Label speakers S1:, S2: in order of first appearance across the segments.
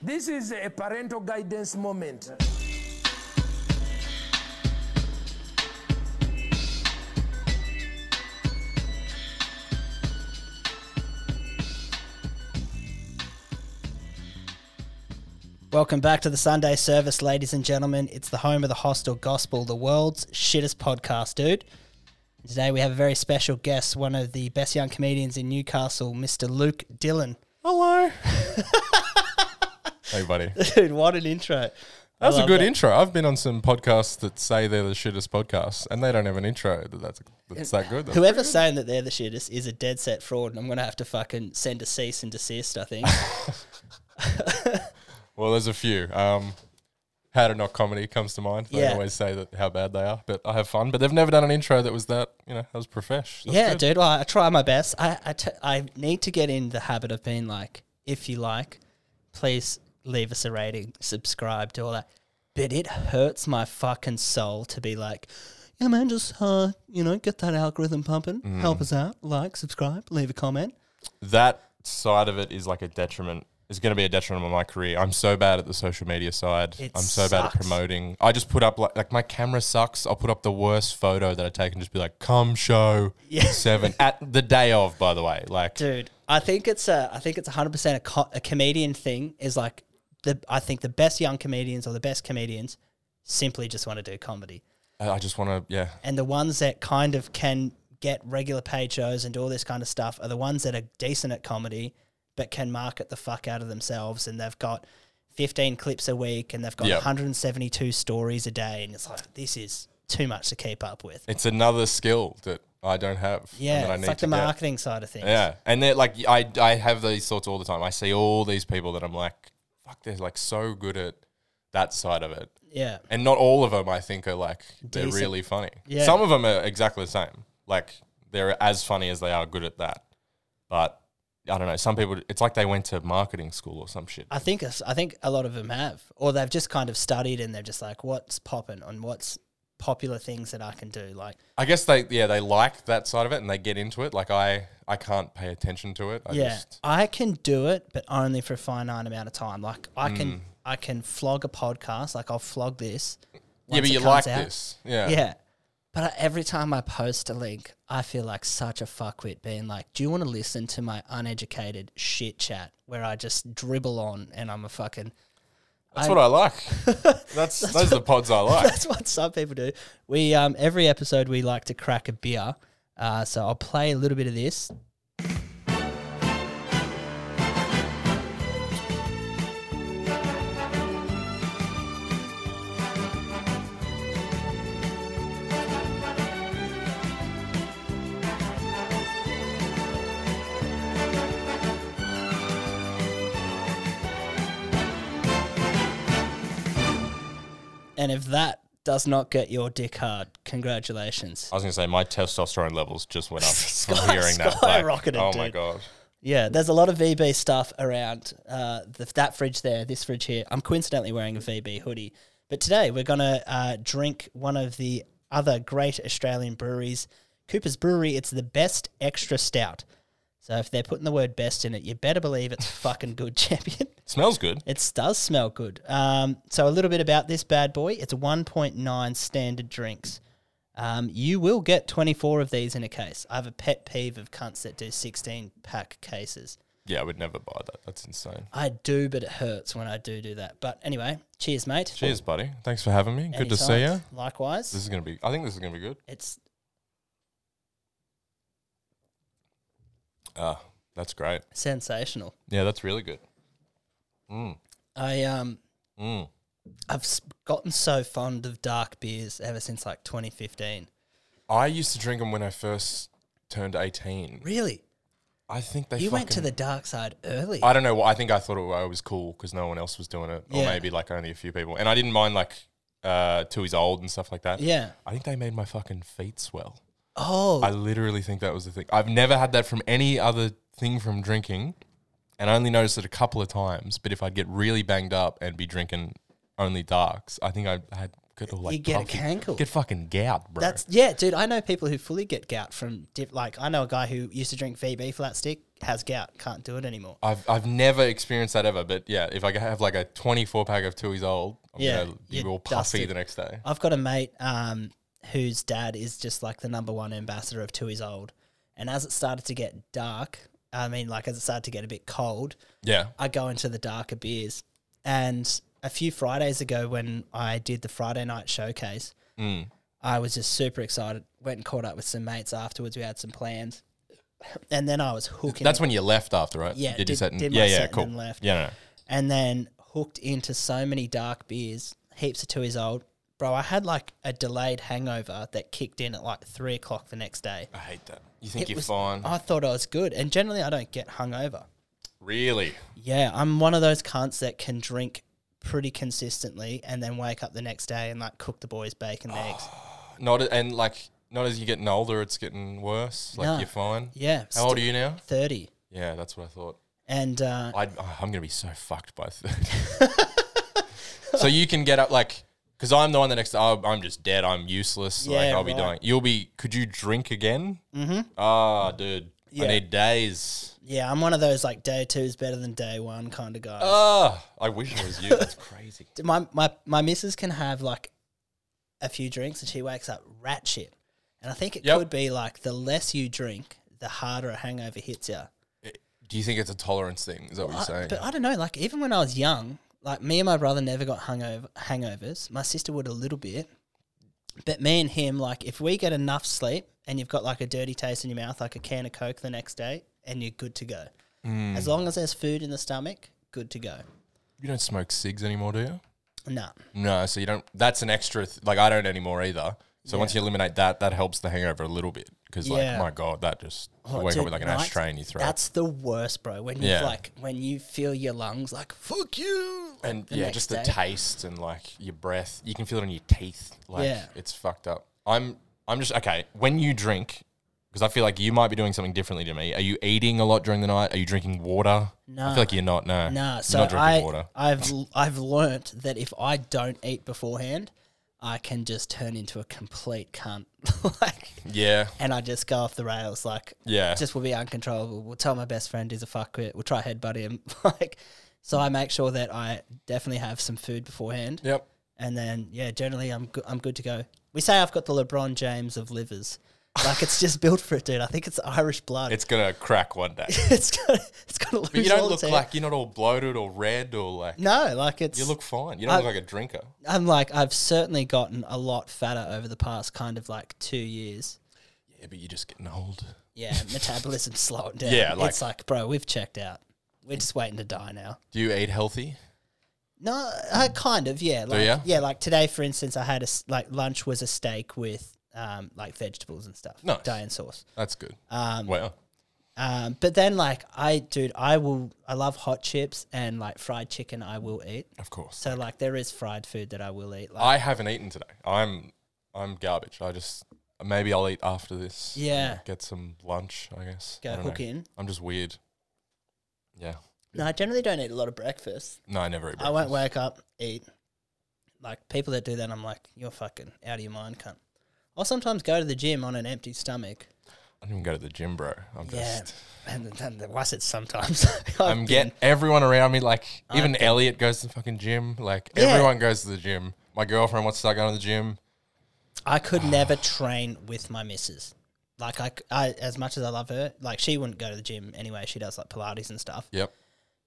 S1: This is a parental guidance moment.
S2: Welcome back to the Sunday service, ladies and gentlemen. It's the home of the hostile gospel, the world's shittest podcast, dude. Today we have a very special guest, one of the best young comedians in Newcastle, Mr. Luke Dillon.
S3: Hello.
S4: Hey, buddy.
S2: Dude, what an intro.
S4: That was a good intro. I've been on some podcasts that say they're the shittest podcasts, and they don't have an intro that that's, that's that good. That's
S2: Whoever's saying that they're the shittest is a dead set fraud, and I'm going to have to fucking send a cease and desist, I think.
S4: Well, there's a few. Um, how to Knock Comedy comes to mind. They
S2: Yeah.
S4: always say that how bad they are, but I have fun. But they've never done an intro that was that, you know, that was profesh. That's
S2: yeah,
S4: good.
S2: dude, well, I try my best. I, I, t- I need to get in the habit of being like, if you like, please leave us a rating, subscribe, do all that. But it hurts my fucking soul to be like, yeah, man, just, uh, you know, get that algorithm pumping, help us out, like, subscribe, leave a comment.
S3: That
S4: Side of it is like a detriment. It's going to be a detriment on my career. I'm so bad at the social media side.
S2: It
S4: I'm so bad at
S2: sucks.
S4: promoting. I just put up like, like my camera sucks. I'll put up the worst photo that I take and just be like, "Come show seven at the day of." By the way, like
S2: dude i think it's a i think it's 100% a, co- a comedian thing is like the i think the best young comedians or the best comedians simply just want to do comedy
S4: I I just want to, yeah,
S2: and the ones that kind of can get regular paid shows and do all this kind of stuff are the ones that are decent at comedy but can market the fuck out of themselves and they've got 15 clips a week and they've got
S4: Yep.
S2: 172 stories a day and it's like this is too much to keep up with
S4: it's another skill that I don't have. and that
S2: yeah
S4: I
S2: it's like
S4: to
S2: the
S4: get.
S2: marketing side of things
S4: Yeah, and they're like, I I have these thoughts all the time. I see all these people that I'm like, fuck, they're like so good at that side of it,
S2: yeah
S4: and not all of them I think are like they're
S2: Decent.
S4: really funny.
S2: Yeah.
S4: Some of them are exactly the same. Like they're as funny as they are good at that, but. I don't know. Some people, it's like they went to marketing school or some shit.
S2: I think us- I think a lot of them have, or they've just kind of studied and they're just like, what's popping and what's popular things that I can do. Like,
S4: I guess they, yeah, they like that side of it and they get into it. Like I, I can't pay attention to it. I
S2: yeah,
S4: just,
S2: I can do it, but only for a finite amount of time. Like, I can I can flog a podcast. Like, I'll flog this.
S4: Mm. yeah,
S2: once
S4: but
S2: it
S4: you
S2: comes
S4: like
S2: out.
S4: this. Yeah.
S2: Yeah. But I, every time I post a link, I feel like such a fuckwit being like, do you want to listen to my uneducated shit chat where I just dribble on and I'm a fucking.
S4: That's
S2: I-
S4: what I like. That's, those are the pods I like.
S2: That's what some people do. We um, every episode we like to crack a beer. Uh, so I'll play a little bit of this. And if that does not get your dick hard, congratulations.
S4: I was gonna say my testosterone levels just went up from
S2: Sky-
S4: hearing that. Like,
S2: skyrocketed,
S4: oh my
S2: dude.
S4: god!
S2: Yeah, there's a lot of VB stuff around. Uh, the, that fridge there, this fridge here. I'm coincidentally wearing a VB hoodie. But today we're going to uh, drink one of the other great Australian breweries, Cooper's Brewery. It's the best extra stout. So if they're putting the word best in it, you better believe it's fucking good, champion.
S4: smells good.
S2: It does smell good. Um, so a little bit about this bad boy. It's 1.9 standard drinks. Um, you will get 24 of these in a case. I have a pet peeve of cunts that do 16 pack cases.
S4: Yeah, I would never buy that. That's insane.
S2: I do, but it hurts when I do do that. But anyway, cheers, mate.
S4: Cheers, buddy. Thanks for having me. Good to see
S2: Anytime.
S4: you.
S2: Likewise.
S4: This is gonna be. I think this is gonna be good.
S2: it's
S4: Ah, that's great.
S2: sensational.
S4: Yeah, that's really good.
S2: I um
S4: Mm.
S2: I've s- gotten so fond of dark beers ever since like 2015.
S4: I used to drink them when I first turned eighteen.
S2: Really?
S4: I think they.
S2: You went to
S4: fucking-
S2: the dark side early.
S4: I don't know. why. I think I thought it, I was cool because no one else was doing it, or
S2: Yeah.
S4: maybe like only a few people. And I didn't mind like uh, till he's old and stuff like that.
S2: yeah.
S4: I think they made my fucking feet swell.
S2: Oh,
S4: I literally think that was the thing. I've never had that from any other thing from drinking, and I only noticed it a couple of times. But if I'd get really banged up and be drinking only darks, I think I had could all like
S2: You get a
S4: puffy-
S2: cankle.
S4: get fucking gout, bro.
S2: That's yeah, dude. I know people who fully get gout from dip. Like I know a guy who used to drink VB for that stick, has gout, can't do it anymore.
S4: I've I've never experienced that ever, but yeah, if I have like a 24 pack of Tui's old, I'm
S2: Yeah,
S4: gonna be
S2: you're
S4: all puffy
S2: dusted.
S4: the next day.
S2: I've got a mate um, whose dad is just like the number one ambassador of Tui's Old. And as it started to get dark, I mean, like as it started to get a bit cold,
S4: Yeah,
S2: I go into the darker beers. And a few Fridays ago, when I did the Friday night showcase, I was just super excited. Went and caught up with some mates afterwards. We had some plans. And then I was hooking.
S4: that's when you left after, right?
S2: Yeah,
S4: You did,
S2: did-
S4: your set and,
S2: did my
S4: yeah,
S2: set
S4: yeah,
S2: and
S4: cool.
S2: then left.
S4: Yeah, no, no.
S2: and then hooked into so many dark beers, heaps of two years old. Bro, I had like a delayed hangover that kicked in at like three o'clock the next day.
S4: I hate that. You think
S2: It
S4: you're
S2: was-
S4: fine?
S2: I thought I was good, and generally I don't get hungover.
S4: really?
S2: Yeah, I'm one of those cunts that can drink pretty consistently and then wake up the next day and like cook the boys bacon and eggs.
S4: Not a- and like not as you're getting older, it's getting worse. Like
S2: No.
S4: you're fine.
S2: Yeah,
S4: How old are you now?
S2: Thirty,
S4: Yeah, that's what I thought.
S2: and uh,
S4: I'd, oh, I'm gonna be so fucked by thirty. so you can get up like because I'm the one the next. Oh, I'm just dead. I'm useless. like
S2: Yeah,
S4: I'll be
S2: right.
S4: dying. You'll be. Could you drink again? Mm-hmm. Ah, dude.
S2: Yeah.
S4: I need days.
S2: yeah, I'm one of those like day two is better than day one kind of guy.
S4: Ah, I wish it was you. That's crazy.
S2: my my my missus can have like a few drinks and she wakes up rat shit. And I think it
S4: Yep.
S2: could be like the less you drink, the harder a hangover hits you.
S4: Do you think it's a tolerance thing? Is that what you're
S2: I,
S4: saying?
S2: but I don't know. Like even when I was young, like me and my brother never got hungover hangovers. My sister would a little bit, but me and him, like if we get enough sleep and you've got like a dirty taste in your mouth, like a can of coke the next day, and you're good to go. As long as there's food in the stomach, good to go.
S4: you don't smoke cigs anymore, do you?
S2: Nah.
S4: No. So you don't. That's an extra. Th- like I don't anymore either. So once you eliminate that, that helps the hangover a little bit. Because
S2: Yeah. Oh,
S4: like my god, that just you wake
S2: Dude,
S4: up with like an
S2: nights-
S4: ashtray in your throat.
S2: That's the worst, bro. When you
S4: Yeah.
S2: like when you feel your lungs like fuck you.
S4: and
S2: the
S4: yeah,
S2: next
S4: just the
S2: day.
S4: taste and like your breath, you can feel it on your teeth. Like
S2: Yeah.
S4: it's fucked up. I'm I'm just okay. When you drink, because I feel like you might be doing something differently to me. Are you eating a lot during the night? Are you drinking water? No, I feel like you're not. No,
S2: Nah,
S4: You're
S2: so
S4: not drinking
S2: I
S4: water.
S2: I've I've learnt that if I don't eat beforehand, I can just turn into a complete cunt. like
S4: Yeah,
S2: and I just go off the rails like
S4: yeah.
S2: just will be uncontrollable. We'll tell my best friend he's a fuckwit. We'll try headbutt him. like so I make sure that I definitely have some food beforehand.
S4: yep.
S2: and then yeah, generally I'm go- I'm good to go. We say I've got the LeBron James of livers, like it's just built for it, dude. I think it's Irish blood. It's
S4: It's gonna crack one day.
S2: it's gonna it's gonna lose.
S4: But you don't
S2: all
S4: look
S2: its hair.
S4: like you're not all bloated or red or like.
S2: no, like it's.
S4: You look fine. You don't look like a drinker.
S2: I'm like I've certainly gotten a lot fatter over the past kind of like two years.
S4: Yeah, but you're just getting old.
S2: Yeah, metabolism's slowing down.
S4: Yeah, like-
S2: it's like bro, we've checked out. We're just waiting to die now.
S4: Do you eat healthy?
S2: No, uh, kind of, yeah. Like,
S4: ya?
S2: Yeah, like today, for instance, I had a s- like lunch was a steak with um, like vegetables and stuff,
S4: Nice.
S2: Diane sauce.
S4: That's good. Um, well,
S2: Um, but then, like, I, dude, I will, I love hot chips and like fried chicken, I will eat.
S4: of course.
S2: So, like, there is fried food that I will eat. Like,
S4: I haven't eaten today. I'm I'm garbage. I just maybe I'll eat after this. and
S2: Yeah.
S4: Get some lunch, I guess.
S2: Go
S4: I don't
S2: hook in.
S4: I'm just weird. Yeah.
S2: no, I generally don't eat a lot of breakfast.
S4: No, I never eat breakfast.
S2: I won't wake up, eat. Like, people that do that, I'm like, you're fucking out of your mind, cunt. I'll sometimes go to the gym on an empty stomach.
S4: I don't even go to the gym, bro. I'm
S2: Yeah.
S4: just
S2: And then the was it sometimes. I've
S4: I'm
S2: been-
S4: getting everyone around me like even Elliot goes to the fucking gym. Like
S2: Yeah.
S4: everyone goes to the gym. My girlfriend wants to start going to the gym.
S2: I could never train with my missus. Like I, c- I- as much as I love her, like she wouldn't go to the gym anyway. She does like Pilates and stuff.
S4: Yep.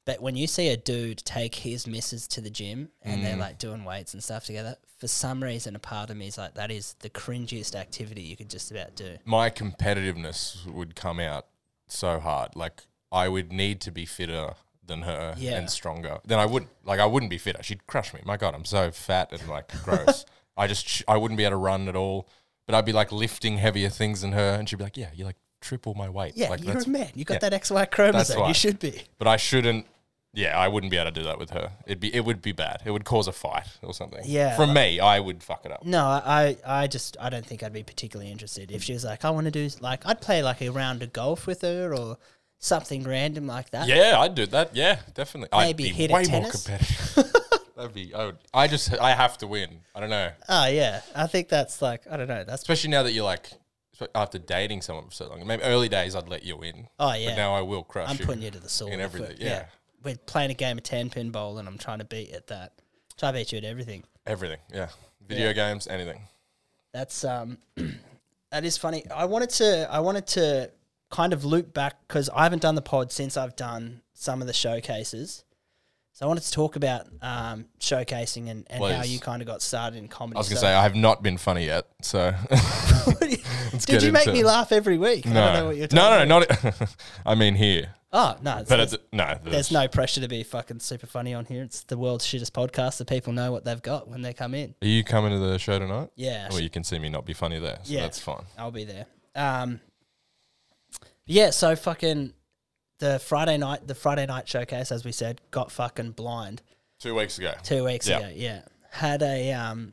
S2: But when you see a dude take his missus to the gym and they're like doing weights and stuff together, for some reason, a part of me is like, that is the cringiest activity you could just about do.
S4: my competitiveness would come out so hard. Like I would need to be fitter than her
S2: Yeah.
S4: and stronger. Then I would like I wouldn't be fitter. She'd crush me. My God, I'm so fat and like gross. I just I wouldn't be able to run at all. But I'd be like lifting heavier things than her, and she'd be like, "Yeah, you're like triple my weight."
S2: Yeah,
S4: like,
S2: you're
S4: that's-
S2: a man. You got
S4: yeah.
S2: that XY chromosome.
S4: why.
S2: You should be.
S4: But I shouldn't. Yeah, I wouldn't be able to do that with her. It'd be it would be bad. It would cause a fight or something.
S2: Yeah,
S4: from me, I would fuck it up.
S2: No, I, I I just, I don't think I'd be particularly interested. If she was like, I want to do, like, I'd play like a round of golf with her or something random like that.
S4: Yeah, I'd do that. Yeah, definitely. I'd
S2: Maybe
S4: be
S2: hit a
S4: way more
S2: tennis?
S4: competitive. That'd be. I, would, I just. I have to win. I don't know.
S2: Oh yeah, I think that's like I don't know. That's
S4: Especially now that you're like so after dating someone for so long, maybe early days I'd let you in.
S2: Oh, yeah.
S4: But now I will crush
S2: I'm
S4: you.
S2: putting you to the sword.
S4: in
S2: I
S4: everything,
S2: put-
S4: yeah.
S2: We're playing a game of 10 pin bowl and I'm trying to beat at that. Try to beat you at everything.
S4: Everything. Yeah. Video games, anything.
S2: That's um, that is funny. I wanted to I wanted to kind of loop back because I haven't done the pod since I've done some of the showcases. So I wanted to talk about um, showcasing and, and how
S4: Please.
S2: you kind of got started in comedy.
S4: I was going to
S2: So-
S4: say, I have not been funny yet. So,
S2: did
S4: get
S2: you make
S4: into
S2: me
S4: it.
S2: laugh every week? I don't know
S4: no.
S2: what you're talking
S4: no, no, no, not. e-, I mean, here.
S2: about. Oh no, it's,
S4: But
S2: there's,
S4: it's, no,
S2: there's no pressure to be fucking super funny on here. It's the world's shittest podcast. The people know what they've got when they come in.
S4: Are you coming to the show tonight?
S2: Yeah,
S4: Well, you can see me not be funny there. So
S2: Yeah.
S4: that's fine.
S2: I'll be there. Um, yeah, so fucking the Friday night, the Friday night showcase, as we said, got fucking blind
S4: Two weeks ago.
S2: two weeks
S4: Yeah.
S2: ago. Yeah, had a um,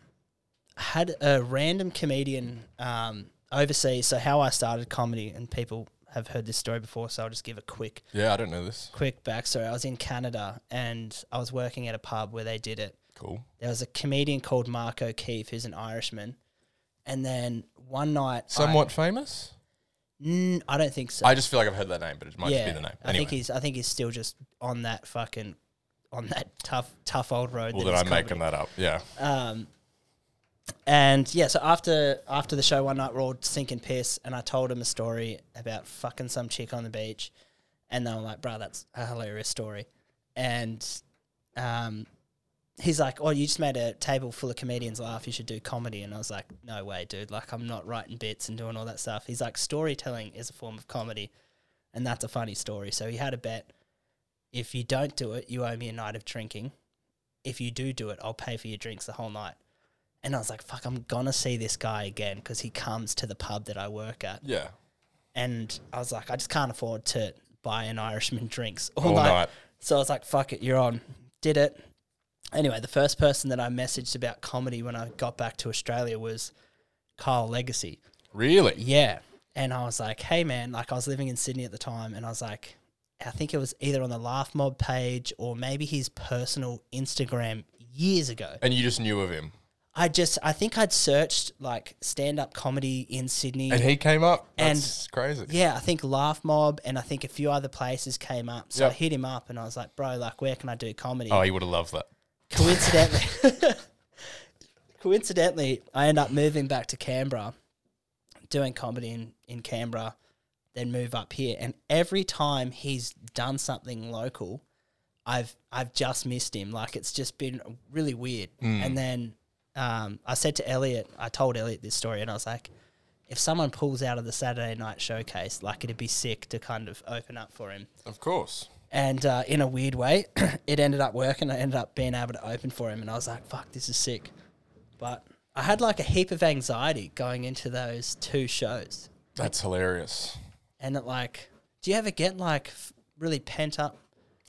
S2: had a random comedian um overseas. So how I started comedy, and people have heard this story before, so I'll just give a quick
S4: Yeah, I don't know this.
S2: quick backstory. I was in Canada and I was working at a pub where they did it
S4: Cool.
S2: there was a comedian called Mark O'Keefe who's an Irishman. And then one night,
S4: Somewhat famous?
S2: I, Mm, I don't think so.
S4: I just feel like I've heard that name, but it might just be the name.
S2: I
S4: Anyway,
S2: think he's. I think he's still just on that fucking, on that tough, tough old road.
S4: well,
S2: that
S4: then
S2: is
S4: I'm
S2: comedy.
S4: making that up. Yeah.
S2: Um, and yeah, so after after the show one night, we're all sinking piss, and I told him a story about fucking some chick on the beach, and they were like, "Bro, that's a hilarious story," and um, he's like, "Oh, you just made a table full of comedians laugh. You should do comedy." And I was like, "No way, dude! Like, I'm not writing bits and doing all that stuff." He's like, "Storytelling is a form of comedy, and that's a funny story." So he had a bet: if you don't do it, you owe me a night of drinking if you do do it, I'll pay for your drinks the whole night. And I was like, fuck, I'm gonna see this guy again because he comes to the pub that I work at.
S4: Yeah.
S2: And I was like, I just can't afford to buy an Irishman drinks all,
S4: All
S2: night.
S4: night.
S2: So I was like, fuck it, you're on. Did it. Anyway, the first person that I messaged about comedy when I got back to Australia was Kyle Legacy.
S4: Really?
S2: Yeah. And I was like, hey, man, like I was living in Sydney at the time. And I was like, I think it was either on the Laugh Mob page or maybe his personal Instagram years ago.
S4: And you just knew of him.
S2: I just, I think I'd searched like stand up comedy in Sydney.
S4: And he came up.
S2: And-
S4: That's crazy.
S2: yeah, I think Laugh Mob and I think a few other places came up. So I
S4: Yep.
S2: hit him up and I was like, bro, like, where can I do comedy?
S4: Oh, he would have loved that.
S2: coincidentally, coincidentally, I end up moving back to Canberra, doing comedy in, in Canberra, then move up here. And every time he's done something local, I've I've just missed him. Like it's just been really weird. And then um, I said to Elliot, I told Elliot this story, and I was like. If someone pulls out of the Saturday night showcase, like it'd be sick to kind of open up for him
S4: Of course.
S2: and uh, in a weird way, it ended up working. I ended up being able to open for him, and I was like, "Fuck, this is sick." But I had like a heap of anxiety going into those two shows,
S4: That's hilarious.
S2: and it like, do you ever get like f- really pent up?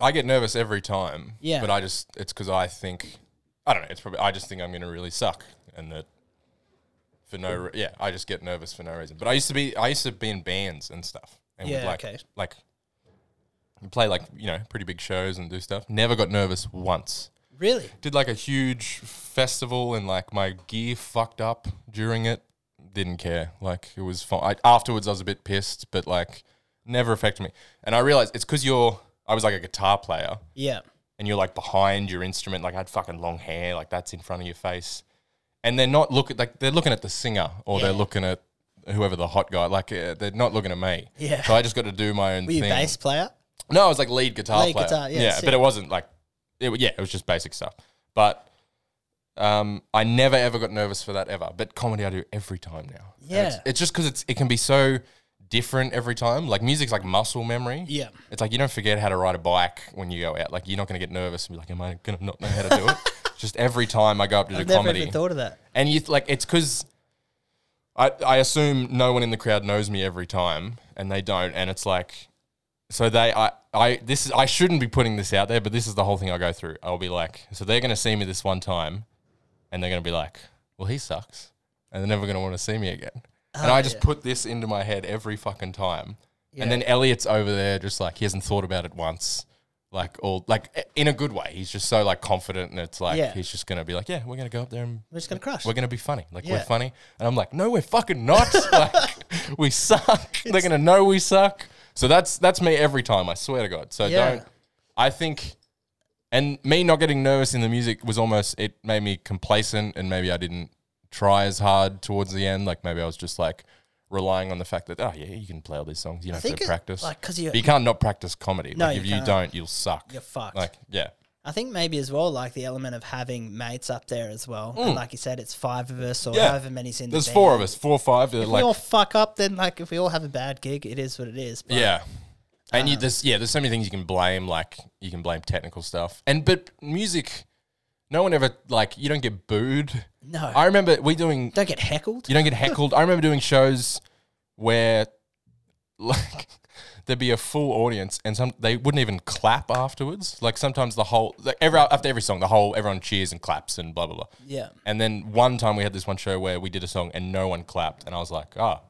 S4: I get nervous every time.
S2: Yeah.
S4: But I just, it's because I think, I don't know, it's probably, I just think I'm going to really suck. And that for no, re- yeah, I just get nervous for no reason. But I used to be, I used to be in bands and stuff. And would
S2: Yeah,
S4: like,
S2: okay.
S4: like, play like, you know, pretty big shows and do stuff. Never got nervous once.
S2: Really?
S4: Did like a huge festival and like my gear fucked up during it. Didn't care. Like it was fine. I, afterwards, I was a bit pissed, but like never affected me. And I realized it's because you're, I was like a guitar player
S2: Yeah.
S4: and you're like behind your instrument. Like I had fucking long hair, like that's in front of your face. And they're not looking like they're looking at the singer or they're
S2: Yeah.
S4: looking at whoever the hot guy. Like uh, they're not looking at me.
S2: Yeah.
S4: So I just got to do my own
S2: Were you
S4: thing.
S2: bass player?
S4: No, I was like lead guitar
S2: Lead
S4: player.
S2: guitar, yeah, sick.
S4: but it wasn't like it, wa- yeah, it was just basic stuff. But um, I never ever got nervous for that ever. But comedy, I do every time now. And it's,
S2: Yeah.
S4: it's just because it's it can be so different every time. Like music's like muscle memory.
S2: Yeah.
S4: It's like you don't forget how to ride a bike when you go out. Like you're not going to get nervous and be like, "Am I going to not know how to do it?" Just every time I go up to
S2: I've
S4: do
S2: never
S4: comedy,
S2: even thought of that.
S4: and you th- like it's because I I assume no one in the crowd knows me every time, and they don't, and it's like so they I I this is I shouldn't be putting this out there, but this is the whole thing I go through. I'll be like, so they're gonna see me this one time, and they're gonna be like, well he sucks, and they're never gonna want to see me again. and I just put this into my head every fucking time, and then Elliot's over there just like he hasn't thought about it once. Like all like i- in a good way. He's just so like confident, and it's like
S2: Yeah.
S4: he's just gonna be like, yeah, we're gonna go up there and
S2: We're just gonna crush.
S4: we're gonna be funny. Like
S2: Yeah.
S4: we're funny, and I'm like, no, we're fucking not. like, we suck. They're gonna know we suck. So that's that's me every time. I swear to God. So
S2: Yeah.
S4: don't. I think, and me not getting nervous in the music was almost it made me complacent, and maybe I didn't try as hard towards the end. Like maybe I was just like relying on the fact that oh yeah, you can play all these songs. You don't have
S2: think
S4: to
S2: it-
S4: practice.
S2: like, 'cause you-
S4: But you can't not practice comedy.
S2: No,
S4: like,
S2: you
S4: if you
S2: can't.
S4: don't, you'll suck.
S2: You're fucked.
S4: Like yeah.
S2: I think maybe as well, like the element of having mates up there as well. And like you said, it's five of us or
S4: Mm. Yeah.
S2: however many's in
S4: There's
S2: the
S4: four
S2: band.
S4: of us, four or five. They're
S2: If
S4: like
S2: we all fuck up, then like if we all have a bad gig, it is what it is. But Uh-huh.
S4: Yeah. And you there's yeah, there's so many things you can blame, like you can blame technical stuff. And but music, no one ever like you don't get booed.
S2: No.
S4: I remember we doing
S2: don't get heckled.
S4: you don't get heckled. I remember doing shows where like there'd be a full audience and some they wouldn't even clap afterwards. Like sometimes the whole like every after every song, the whole everyone cheers and claps and blah blah blah.
S2: Yeah.
S4: And then one time we had this one show where we did a song and no one clapped, and I was like, "Ah,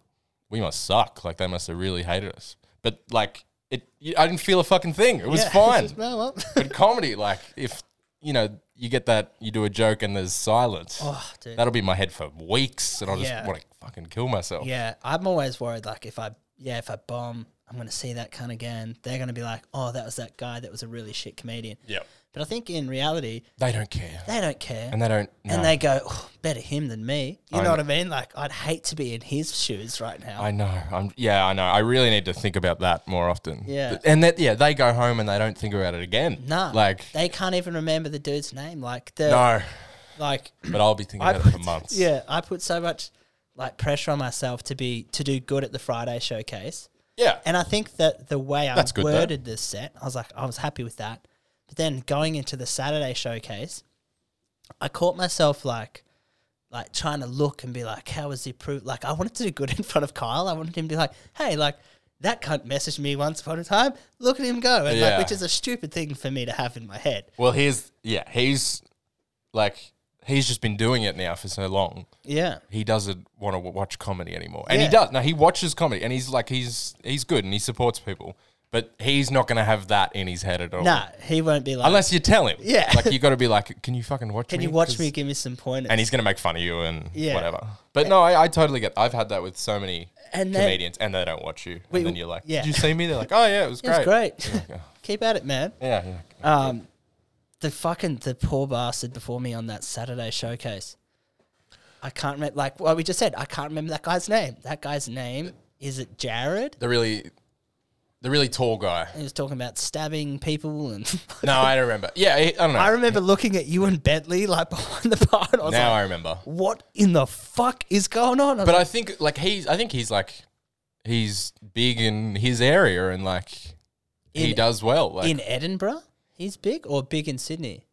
S4: we must suck. Like they must have really hated us." But like it, you- I didn't feel a fucking thing. It was
S2: Yeah, it's
S4: fine.
S2: just, well, well.
S4: but comedy, like if you know, you get that, you do a joke and there's silence.
S2: Oh, dude.
S4: That'll be in my head for weeks, and I'll just
S2: Yeah.
S4: want to fucking kill myself.
S2: Yeah, I'm always worried. Like if I, yeah, if I bomb, I'm gonna see that cunt again. They're gonna be like, oh, that was that guy. That was a really shit comedian.
S4: Yep.
S2: But I think in reality,
S4: They don't care,
S2: they don't care,
S4: and they don't. No,
S2: and they go, oh, better him than me. You
S4: I
S2: know, what I mean? Like I'd hate to be in his shoes right now.
S4: I know. I'm. Yeah, I know. I really need to think about that more often.
S2: Yeah.
S4: And that. Yeah, they go home and they don't think about it again.
S2: nah,
S4: Like
S2: they can't even remember the dude's name. Like the
S4: no.
S2: like
S4: But I'll be thinking
S2: I
S4: about it for months.
S2: yeah, I put so much like pressure on myself to be to do good at the Friday showcase.
S4: Yeah.
S2: And I think that the way I
S4: That's good, though.
S2: worded this set, I was like, I was happy with that. But then going into the Saturday showcase, I caught myself like, like trying to look and be like, how was the approved? Like, I wanted to do good in front of Kyle. I wanted him to be like, hey, like that cunt messaged me once upon a time. Look at him go, and
S4: Yeah.
S2: like, which is a stupid thing for me to have in my head.
S4: Well, he's yeah, he's like he's just been doing it now for so long.
S2: Yeah,
S4: He doesn't want to w- watch comedy anymore, and he
S2: Yeah.
S4: does. No, he watches comedy, and he's like he's he's good and he supports people, but he's not going to have that in his head at all.
S2: nah, he won't be like,
S4: unless you tell him.
S2: Yeah.
S4: like you got to be like, can you fucking watch?
S2: can
S4: me?
S2: you watch
S4: 'Cause-
S2: me? Give me some pointers.
S4: And he's going to make fun of you and
S2: Yeah.
S4: whatever. But no, I, I totally get. I've had that with so many
S2: And then-
S4: comedians, and they don't watch you.
S2: We-
S4: and then you're like,
S2: yeah.
S4: did you see me? They're like, oh yeah, it was
S2: it was
S4: great.
S2: great.
S4: Yeah,
S2: Keep at it, man.
S4: yeah. yeah.
S2: Um, the fucking the poor bastard before me on that Saturday showcase. I can't remember. Like what we just said, I can't remember that guy's name. That guy's name is it Jared?
S4: The really, the really tall guy.
S2: He was talking about stabbing people, and
S4: No, I don't remember. Yeah, I, I don't know.
S2: I remember looking at you and Bentley like behind the bar. And I was
S4: now
S2: like,
S4: I remember.
S2: "What in the fuck is going on?" I was
S4: But
S2: like,
S4: I think like he's I think he's like he's big in his area and like he
S2: In-
S4: does well. Like
S2: in Edinburgh, he's big or big in Sydney.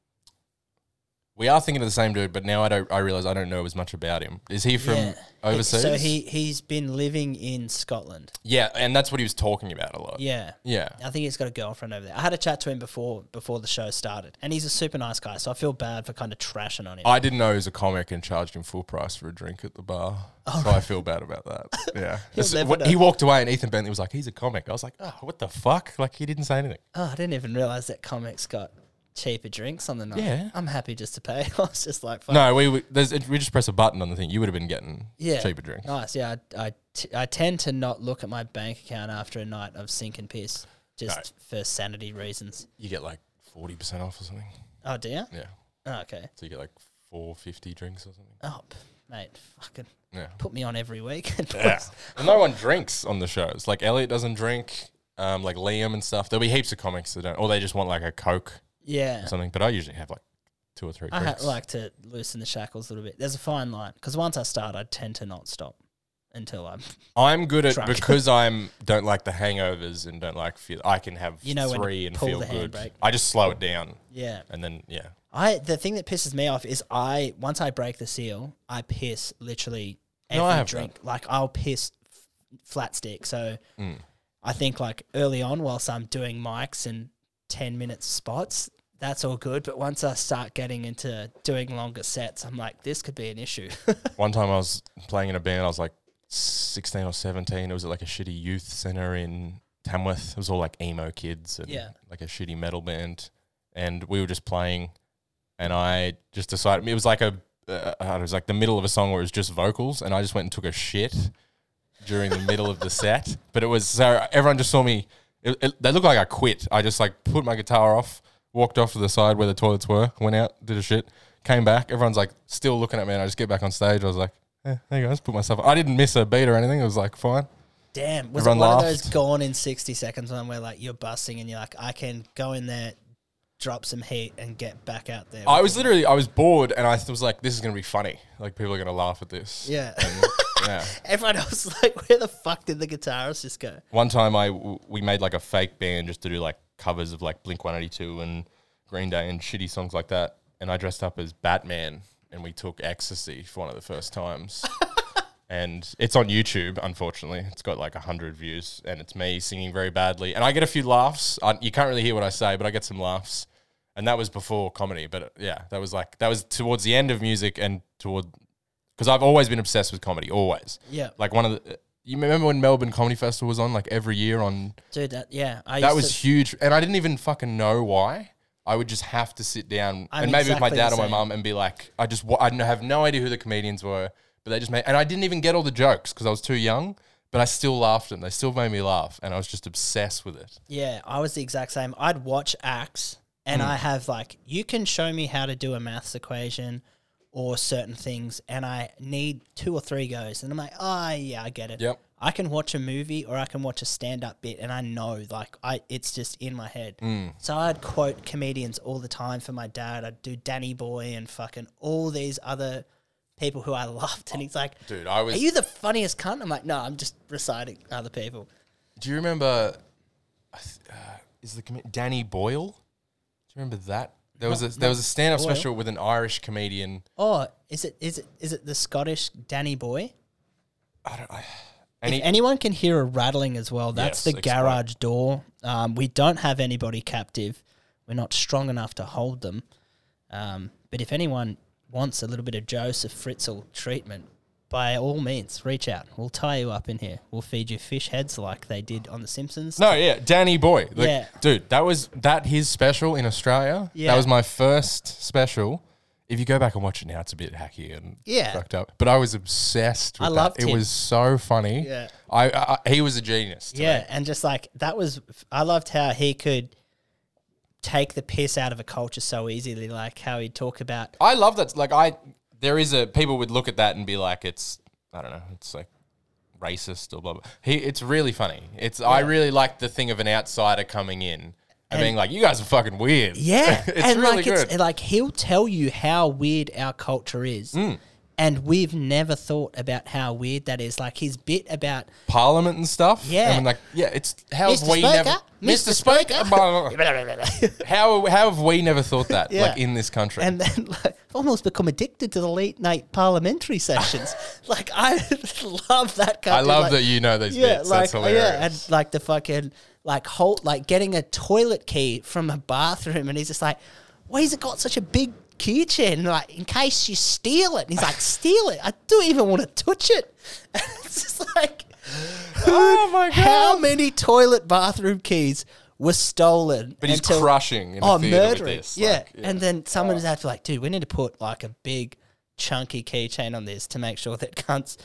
S4: we are thinking of the same dude, but now I don't I realize I don't know as much about him. Is he from
S2: Yeah.
S4: overseas?
S2: So he he's been living in Scotland.
S4: Yeah, and that's what he was talking about a lot.
S2: Yeah.
S4: Yeah.
S2: I think he's got a girlfriend over there. I had a chat to him before before the show started, and he's a super nice guy. So I feel bad for kind of trashing on him.
S4: I didn't know he was a comic and charged him full price for a drink at the bar. so I feel bad about that. Yeah. That's-
S2: Oh, never
S4: what-
S2: know.
S4: he walked away and Ethan Bentley was like, he's a comic. I was like, oh, what the fuck? Like, he didn't say anything.
S2: oh, I didn't even realize that comics got cheaper drinks on the night.
S4: Yeah.
S2: I'm happy just to pay. I was just like, fuck.
S4: No, we, we, there's, we just press a button on the thing. You would have been getting
S2: yeah,
S4: cheaper drinks.
S2: Nice. Yeah, I I, t- I tend to not look at my bank account after a night of sink and piss just for sanity reasons.
S4: you get like 40% off or something.
S2: Oh dear.
S4: Yeah.
S2: Oh, okay.
S4: So you get like 450 drinks or something.
S2: Oh, p- mate, fucking
S4: Yeah.
S2: put me on every weekend. boys.
S4: and no one drinks on the shows. Like Elliot doesn't drink, um, like Liam and stuff. There'll be heaps of comics that don't, or they just want like a Coke
S2: yeah.
S4: or something. But I usually have like two or three
S2: I ha-
S4: drinks.
S2: like to loosen the shackles a little bit. There's a fine line because once I start, I tend to not stop until I'm.
S4: I'm good at,
S2: Drunk.
S4: because I'm, don't like the hangovers and don't like feel, I can have
S2: You know when to
S4: three and
S2: pull
S4: feel
S2: the
S4: good.
S2: handbrake.
S4: I just slow it down.
S2: Yeah,
S4: And then, yeah.
S2: I. The thing that pisses me off is I once I break the seal, I piss literally every
S4: No, I have
S2: drink. Like I'll piss f- flat stick. So
S4: Mm.
S2: I think like early on, whilst I'm doing mics and ten minute spots. That's all good, but once I start getting into doing longer sets, I'm like, this could be an issue.
S4: One time I was playing in a band, I was like 16 or 17. It was at like a shitty youth center in Tamworth. It was all like emo kids and
S2: Yeah.
S4: like a shitty metal band. And we were just playing, and I just decided uh, it was like a, uh, it was like the middle of a song where it was just vocals, and I just went and took a shit. during the middle of the set. But it was so everyone just saw me. It, it, they looked like I quit. I just like put my guitar off, walked off to the side where the toilets were, went out, did a shit, came back. Everyone's like still looking at me, and I just get back on stage. I was like, eh, there you go. Just put myself. I didn't miss a beat or anything. It was like fine.
S2: Damn, was it one
S4: Everyone
S2: of those
S4: laughed.
S2: gone in sixty seconds one where like you're busting and you're like, I can go in there, drop some heat, and get back out there.
S4: I was literally I was bored, and I was like, this is gonna be funny. Like people are gonna laugh at this.
S2: yeah.
S4: yeah.
S2: Everyone else was like, where the fuck did the guitarist just go?
S4: One time, I we made like a fake band just to do like covers of like Blink One Eighty Two and Green Day and shitty songs like that. And I dressed up as Batman, and we took ecstasy for one of the first times. and it's on YouTube. Unfortunately, it's got like hundred views, and it's me singing very badly. And I get a few laughs. I, you can't really hear what I say, but I get some laughs. And that was before comedy, but uh, yeah, that was like that was towards the end of music and toward because I've always been obsessed with comedy, always.
S2: Yeah.
S4: Like one of the, uh, you remember when Melbourne Comedy Festival was on like every year on
S2: Dude, that yeah, I
S4: that
S2: used
S4: was
S2: to-
S4: huge, and I didn't even fucking know why. I would just have to sit down
S2: I'm
S4: and maybe with
S2: exactly
S4: my
S2: the
S4: dad or my
S2: same.
S4: mum and be like, I just wa- I didn't have no idea who the comedians were, but they just made, and I didn't even get all the jokes because I was too young. But I still laughed at them. They still made me laugh, and I was just obsessed with it.
S2: Yeah, I was the exact same. I'd watch acts and
S4: Hmm.
S2: I have like, you can show me how to do a maths equation or certain things, and I need two or three goes. And I'm like, ah, yeah, I get it.
S4: Yep.
S2: I can watch a movie or I can watch a stand up bit, and I know, like, I it's just in my head.
S4: Hmm.
S2: So I'd quote comedians all the time for my dad. I'd do Danny Boy and fucking all these other people who I loved. And he's like,
S4: Dude, I was.
S2: Are you the funniest cunt? I'm like, no, I'm just reciting other people.
S4: do you remember? I th- Uh, is the com- Danny Boyle? Do you remember that? There was a there was a stand up
S2: Boyle.
S4: special with an Irish comedian.
S2: Oh, is it is it is it the Scottish Danny boy?
S4: I don't. I, and he,
S2: If anyone can hear a rattling as well, that's
S4: Yes,
S2: the
S4: explain.
S2: garage door. Um, we don't have anybody captive. We're not strong enough to hold them. Um, but if anyone wants a little bit of Joseph Fritzl treatment, by all means, reach out. We'll tie you up in here. We'll feed you fish heads like they did on The Simpsons.
S4: No, yeah, Danny Boy. Like,
S2: Yeah.
S4: dude, that was that his special in Australia.
S2: Yeah.
S4: that was my first special. If you go back and watch it now, it's a bit hacky and
S2: Yeah.
S4: fucked up. But I was obsessed. With
S2: I
S4: that.
S2: loved
S4: it.
S2: him.
S4: was so funny.
S2: Yeah.
S4: I, I, I he was a genius. to
S2: Yeah, and just like that was, I loved how he could take the piss out of a culture so easily, like how he'd talk about
S4: I love that. Like I, there is a people would look at that and be like, it's I don't know, it's like racist or blah blah. He, it's really funny. It's I really like the thing of an outsider coming in and, being like, you guys are fucking weird.
S2: Yeah,
S4: it's
S2: and
S4: really
S2: like
S4: good.
S2: it's like he'll tell you how weird our culture is,
S4: Mm.
S2: and we've never thought about how weird that is. Like his bit about
S4: Parliament and stuff.
S2: Yeah.
S4: and I'm like, yeah, it's how have
S2: Mr.
S4: we
S2: Speaker,
S4: never,
S2: Mr.
S4: Mr. Speaker, blah, blah, blah. how how have we never thought that
S2: Yeah.
S4: like in this country?
S2: and then like, almost become addicted to the late night parliamentary sessions. like I love that kind.
S4: I love
S2: like,
S4: that you know these
S2: Yeah,
S4: bits.
S2: like oh, uh,
S4: That's hilarious.
S2: yeah, and like the fucking like whole like getting a toilet key from a bathroom, and he's just like, "Why's it got such a big keychain? Like in case you steal it." And he's like, "Steal it? I don't even want to touch it." it's just like,
S4: oh my god!
S2: how many toilet bathroom keys were stolen?
S4: but he's
S2: until-
S4: crushing. In
S2: oh,
S4: oh, murder!
S2: murdering. yeah. And then someone
S4: Oh.
S2: is after like, dude, we need to put like a big chunky keychain on this to make sure that cunts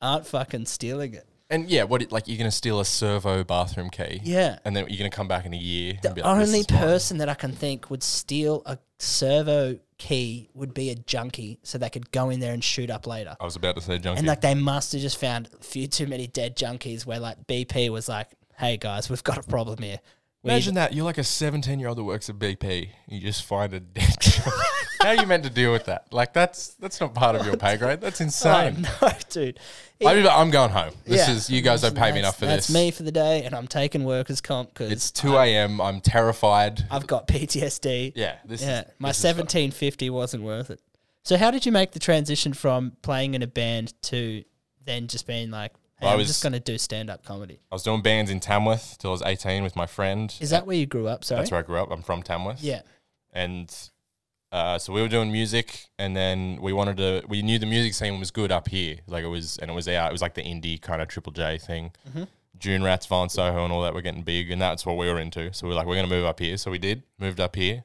S2: aren't fucking stealing it.
S4: And yeah, what it, like you're gonna steal a servo bathroom key?
S2: Yeah.
S4: and then you're gonna come back in a year. and be
S2: The
S4: like, "This
S2: only
S4: is mine."
S2: person that I can think would steal a servo key would be a junkie so they could go in there and shoot up later.
S4: I was about to say junkie.
S2: And like they must have just found a few too many dead junkies where like BP was like, hey guys, we've got a problem here. We
S4: Imagine that you're like a 17 year old that works at BP. You just find a dead. junkie. How are you meant to deal with that? Like that's that's not part of your pay grade. That's
S2: Oh,
S4: insane.
S2: no, dude.
S4: I mean, I'm going home. This
S2: Yeah.
S4: is you guys don't pay
S2: That's-
S4: me enough for
S2: that's
S4: this.
S2: me for the day, and I'm taking workers' comp because
S4: It's 2 a.m. I'm terrified.
S2: I've got PTSD.
S4: yeah, this
S2: Uh, Yeah,
S4: is
S2: my
S4: this is fu-
S2: 1750 wasn't worth it. So how did you make the transition from playing in a band to then just being like, hey,
S4: Well, I
S2: I'm
S4: was-
S2: just going to do stand-up comedy?
S4: I was doing bands in Tamworth till I was 18 with my friend.
S2: Is that where you grew up? Sorry.
S4: That's where I grew up. I'm from Tamworth.
S2: Yeah.
S4: and uh, so we were doing music, and then we wanted to. We knew the music scene was good up here, like it was, and it was out. It was like the indie kind of Triple J thing. June Rats, Vine Soho, and all that were getting big, and that's what we were into. So we were like, we're gonna move up here. So we did, moved up here,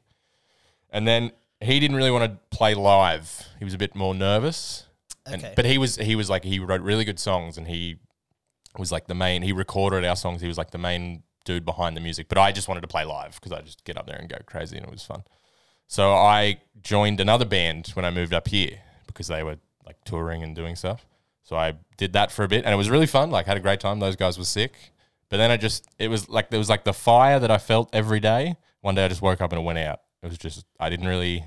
S4: and then he didn't really want to play live. He was a bit more nervous, and,
S2: Okay.
S4: but he was he was like he wrote really good songs, and he was like the main. He recorded our songs. He was like the main dude behind the music. But I just wanted to play live because I just get up there and go crazy, and it was fun. So I joined another band when I moved up here because they were like touring and doing stuff. So I did that for a bit, and it was really fun. Like had a great time. Those guys were sick. But then I just it was like there was like the fire that I felt every day. One day I just woke up and it went out. It was just I didn't really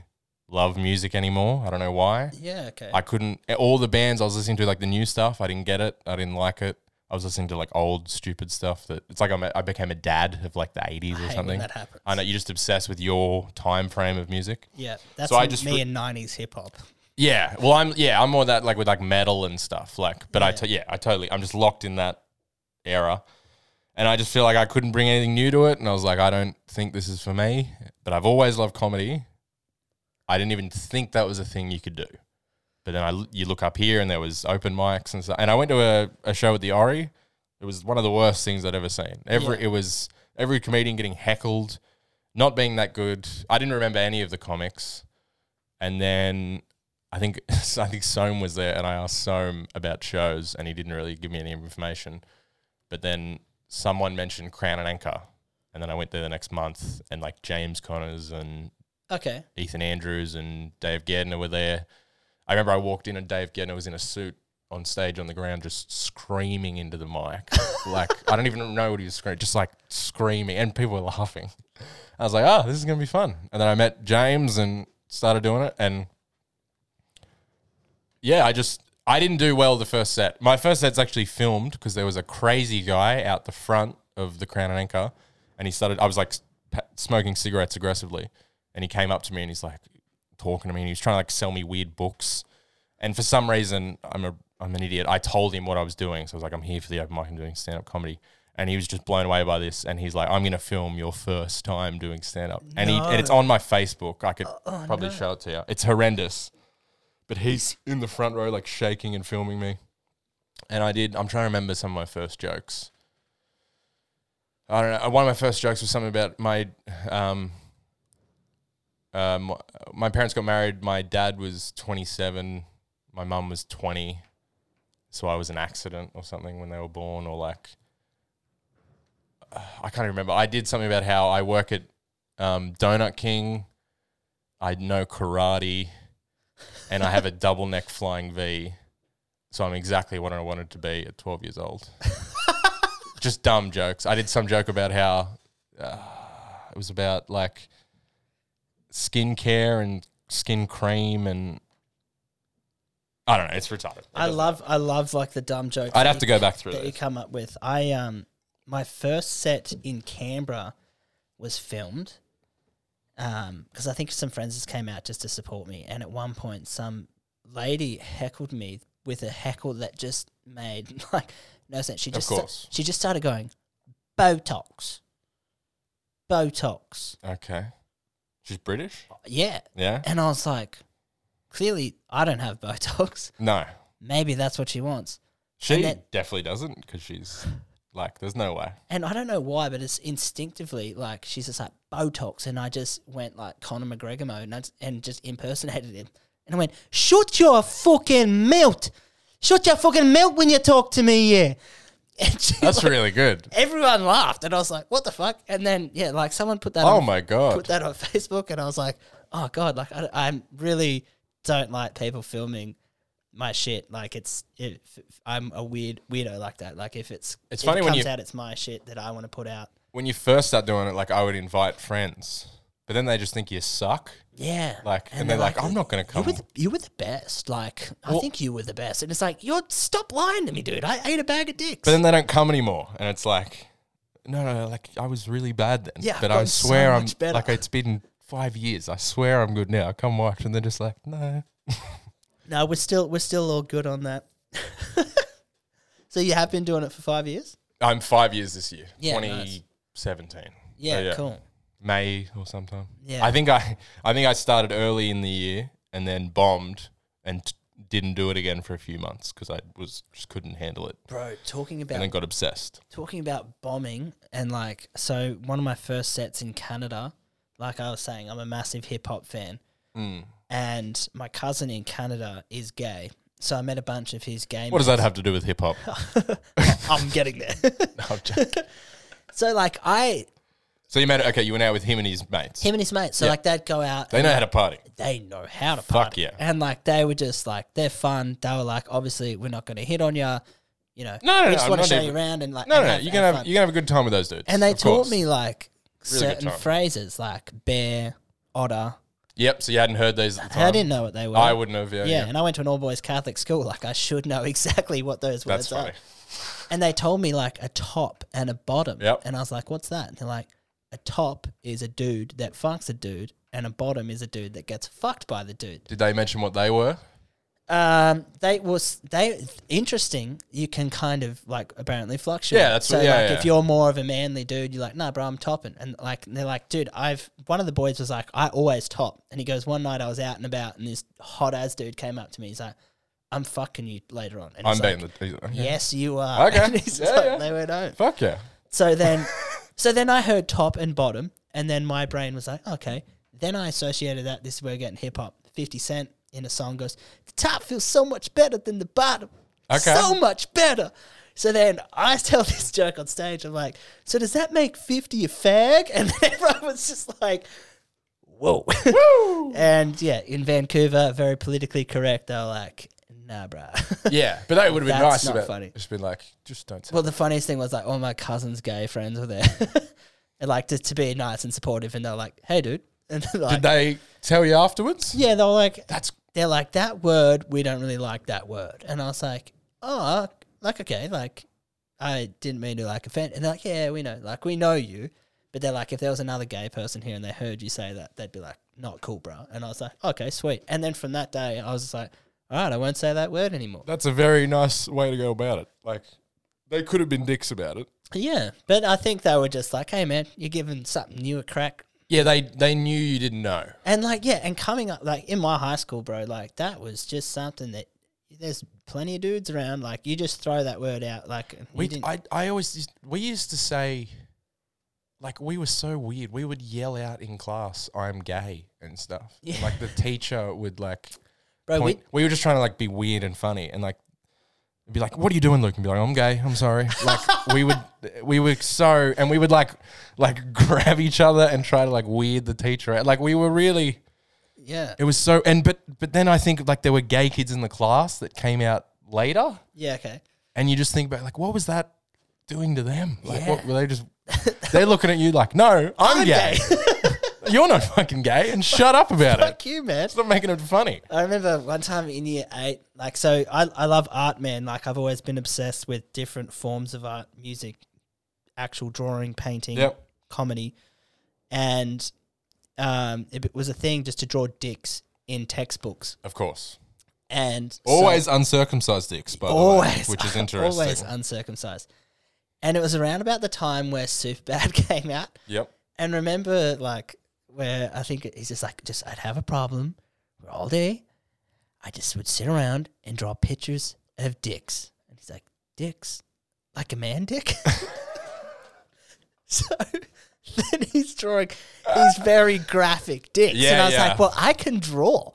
S4: love music anymore. I don't know why.
S2: Yeah, okay.
S4: I couldn't all the bands I was listening to like the new stuff. I didn't get it. I didn't like it. I was listening to like old stupid stuff that it's like I'm a, I became a dad of like the 80s or
S2: hate
S4: something.
S2: when that happens.
S4: I know you're just obsessed with your time frame of music.
S2: yeah, that's
S4: So I
S2: m-
S4: just
S2: me
S4: re-
S2: and 90s hip hop.
S4: Yeah. Well, I'm yeah, I'm more that like with like metal and stuff. Like, but I to- yeah, I totally I'm just locked in that era, and I just feel like I couldn't bring anything new to it. And I was like, I don't think this is for me. But I've always loved comedy. I didn't even think that was a thing you could do. But then I l- you look up here and there was open mics and stuff. And I went to a, a show at the Ori. It was one of the worst things I'd ever seen. Every
S2: Yeah.
S4: it was every comedian getting heckled, not being that good. I didn't remember any of the comics. And then I think I think Soam was there, and I asked Soam about shows, and he didn't really give me any information. But then someone mentioned Crown and Anchor, and then I went there the next month, and like James Connors and
S2: Okay.
S4: Ethan Andrews and Dave Gardner were there. I remember I walked in, and Dave Gardner was in a suit on stage on the ground, just screaming into the mic. like I don't even know what he was screaming, just like screaming, and people were laughing. I was like, oh, this is gonna be fun. And then I met James and started doing it, and yeah, I just I didn't do well the first set. My first set's actually filmed because there was a crazy guy out the front of the Crown and Anchor, and he started. I was like s- pa- smoking cigarettes aggressively, and he came up to me and he's like talking to me, and he was trying to like sell me weird books. And for some reason, I'm a I'm an idiot. I told him what I was doing, so I was like, I'm here for the open mic. I'm doing stand up comedy. And he was just blown away by this, and he's like, "I'm gonna film your first time doing stand up," and he and it's on my Facebook. I could probably show it to you. It's horrendous but he's in the front row, like shaking and filming me. And I did. I'm trying to remember some of my first jokes. I don't know. uh, One of my first jokes was something about my, um, um, my parents got married. My dad was 27. My mum was 20. So I was an accident or something when they were born, or like, I can't remember. I did something about how I work at um, Donut King. I know karate and I have a double neck flying V. So I'm exactly what I wanted to be at 12 years old. Just dumb jokes. I did some joke about how uh, it was about like skincare and skin cream and I don't know. It's retarded. It
S2: I
S4: doesn't-
S2: love I love like the dumb jokes.
S4: I'd
S2: that
S4: have to
S2: you-
S4: go back through
S2: that you
S4: those.
S2: come up with. I um my first set in Canberra was filmed um because I think some friends just came out just to support me, and at one point some lady heckled me with a heckle that just made like no sense. She just sta-
S4: course.
S2: she just started going Botox, Botox,
S4: Okay. She's British?
S2: yeah,
S4: Yeah?
S2: and I was like, clearly I don't have Botox.
S4: No.
S2: Maybe that's what she wants.
S4: She
S2: then-
S4: definitely doesn't because she's like, there's no way.
S2: And I don't know why, but it's instinctively like she's just like Botox, and I just went like Conor McGregor mode and, I, just- and just impersonated him. And I went, "Shut your fucking mouth! Shut your fucking mouth when you talk to me!" Yeah. And she,
S4: That's
S2: like,
S4: really good.
S2: everyone laughed, and I was like, "What the fuck?" And then yeah, like someone put that
S4: Oh
S2: on,
S4: my God.
S2: put that on Facebook, and I was like, "Oh god!" Like I, I really don't like people filming my shit. Like it's it, I'm a weird weirdo like that. Like if it's
S4: It's
S2: if it
S4: funny when
S2: comes
S4: you-
S2: out, it's my shit that I want to put out.
S4: when you first start doing it, like I would invite friends, but then they just think you suck.
S2: Yeah.
S4: Like, and they're like, "I'm not gonna
S2: You were,
S4: come."
S2: the, you were the best. Like, I think you were the best. And it's like, you're stop lying to me, dude. I ate a bag of dicks.
S4: But then they don't come anymore, and it's like, no, no, like I was really bad then.
S2: Yeah, I've
S4: but I
S2: gotten so
S4: swear I'm
S2: much better.
S4: like it's been five years. I swear I'm good now. Come watch, and they're just like, no.
S2: no, we're still we're still all good on that. so you have been doing it for five years?
S4: I'm five years this year,
S2: Yeah, nice.
S4: 2017.
S2: Yeah,
S4: So,
S2: cool.
S4: May or sometime.
S2: Yeah.
S4: I think I, I think I started early in the year and then bombed and t- didn't do it again for a few months because I was just couldn't handle it,
S2: Bro, talking about
S4: and then got obsessed.
S2: talking about bombing and like so one of my first sets in Canada, like I was saying,
S4: Mm.
S2: I'm a massive hip hop fan. And my cousin in Canada is gay. So I met a bunch of his game.
S4: What does that have to do with hip hop?
S2: I'm getting there.
S4: I'm joking.
S2: so like I,
S4: so you met okay, you went out with him and his mates.
S2: him and his mates. So
S4: Yeah.
S2: like they'd go out.
S4: They know how to party.
S2: they know how to
S4: Fuck
S2: party.
S4: yeah.
S2: And like they were just like they're fun. They were like, obviously we're not going to hit on you. You know,
S4: No, no,
S2: we
S4: no,
S2: just want
S4: not
S2: to show
S4: even-
S2: you around and like
S4: No,
S2: and
S4: no, no. You're gonna have
S2: fun.
S4: you're gonna have a good time with those dudes.
S2: and they
S4: of
S2: taught
S4: course.
S2: me like
S4: Really good
S2: certain
S4: time.
S2: phrases like bear, otter.
S4: Yep. So you hadn't heard these at the time.
S2: I didn't know what they were.
S4: I wouldn't have. Yeah.
S2: Yeah,
S4: yeah.
S2: and I went to an all boys Catholic school. Like I should know exactly what those words
S4: That's
S2: are.
S4: funny.
S2: And they told me like a top and a bottom.
S4: Yep.
S2: And I was like, what's that? And they're like, a top is a dude that fucks a dude, and a bottom is a dude that gets fucked by the dude.
S4: Did they mention what they were?
S2: Um, they was they interesting. You can kind of like apparently fluctuate.
S4: Yeah, that's
S2: so
S4: what- yeah,
S2: like
S4: yeah.
S2: if you're more of a manly dude, you're like, nah, bro, I'm topping, and like and they're like, dude, I've one of the boys was like, I always top, and he goes, one night I was out and about, and this hot ass dude came up to me, he's like, I'm fucking you later on, and
S4: I'm
S2: he's
S4: being
S2: like,
S4: the. okay.
S2: yes, you are.
S4: Okay.
S2: And he's
S4: Yeah,
S2: like-
S4: yeah.
S2: They went, oh.
S4: Fuck yeah.
S2: So then, so then I heard top and bottom, and then my brain was like, okay. Then I associated that. This is where we're getting hip hop. Fifty Cent in a song goes, the top feels so much better than the bottom.
S4: Okay.
S2: So much better. So then I tell this joke on stage. I'm like, so does that make fifty a fag? And then everyone was just like, whoa. and yeah, in Vancouver, very politically correct. They were like, nah, bruh.
S4: Yeah, but that would have been
S2: That's
S4: nice.
S2: not
S4: about,
S2: funny.
S4: Just been like, just don't. Say
S2: Well, the funniest thing was like all my cousins' gay friends were there, and like to, to be nice and supportive, and they're like, "Hey, dude," and they're like,
S4: Did they tell you afterwards?
S2: "Yeah," they're like,
S4: That's
S2: they're like that word. We don't really like that word, and I was like, "Oh, like okay, like I didn't mean to like offend." And they're like, "Yeah, we know, like we know you," but they're like, if there was another gay person here and they heard you say that, they'd be like, "Not cool, bro." And I was like, "Okay, sweet." And then from that day, I was just like, "All right, I won't say that word anymore."
S4: that's a very nice way to go about it. Like, they could have been dicks about it.
S2: Yeah, but I think they were just like, "Hey, man, you're giving something new a crack."
S4: Yeah, they they knew you didn't know.
S2: And like, yeah, and coming up, like in my high school, bro, like that was just something that there's plenty of dudes around. Like, you just throw that word out, like you
S4: We
S2: didn't-
S4: I I always used, we used to say, like we were so weird. We would yell out in class, "I'm gay" and stuff. And,
S2: Yeah.
S4: like the teacher would like
S2: bro.
S4: point.
S2: We,
S4: We, were just trying to like be weird and funny and like be like, "What are you doing, Luke?" And be like, "I'm gay. I'm sorry." Like we would, we were so, and we would like, like grab each other and try to like weird the teacher out. Like we were really,
S2: yeah,
S4: it was so, and but but then I think like there were gay kids in the class that came out later,
S2: yeah, okay.
S4: and you just think about like, what was that doing to them? Like, what
S2: Yeah.
S4: were they just? They're looking at you like, "No, I'm, gay. You're not fucking gay," and shut up about it.
S2: Fuck you, man.
S4: Stop making it funny.
S2: I remember one time in year eight, like, so I, I love art, man. Like, I've always been obsessed with different forms of art, music, actual drawing, painting,
S4: Yep.
S2: comedy. And um, it was a thing just to draw dicks in textbooks.
S4: Of course.
S2: And so-
S4: Always uncircumcised dicks, by the way,
S2: always,
S4: which is
S2: un-
S4: interesting.
S2: Always uncircumcised. And it was around about the time where Superbad came out.
S4: Yep.
S2: And remember, like, where I think he's just like, just I'd have a problem where all day. I just would sit around and draw pictures of dicks. And he's like, dicks? Like a man dick? so then he's drawing these very graphic dicks. and
S4: Yeah,
S2: I was
S4: yeah.
S2: like, well, I can draw.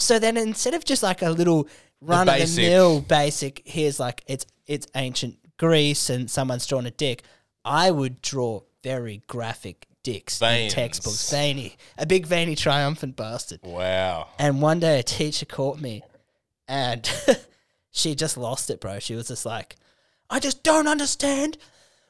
S2: So then instead of just like a little run of the
S4: basic.
S2: mill basic, here's like it's it's ancient Greece and someone's drawn a dick, I would draw very graphic dicks
S4: Veins.
S2: in textbooks. Veiny. A big veiny triumphant bastard.
S4: Wow.
S2: And one day a teacher caught me and she just lost it, bro. She was just like, I just don't understand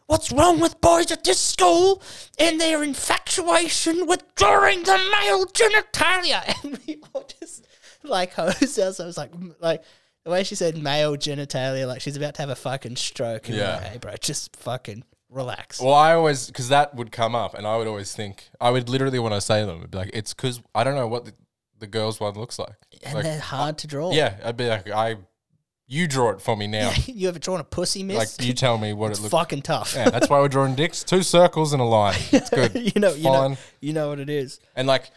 S2: what's wrong with boys at this school and their infatuation with drawing the male genitalia. And we all just like hosed us. I was like, like, the way she said male genitalia, like she's about to have a fucking stroke. And we're
S4: Yeah.
S2: like, hey, bro, just fucking relax.
S4: Well, I always because that would come up, and I would always think I would literally when I say them, it'd be like it's because I don't know what the, the girls one looks like.
S2: and
S4: Like,
S2: they're hard to draw.
S4: yeah, I'd be like, I, you draw it for me now.
S2: you ever drawn a pussy,
S4: like
S2: miss?
S4: you tell me what it
S2: it's
S4: looks.
S2: fucking tough.
S4: yeah, that's why we're drawing dicks, two circles and a line. It's good.
S2: you know, you know,
S4: Fine.
S2: you know what it is.
S4: And like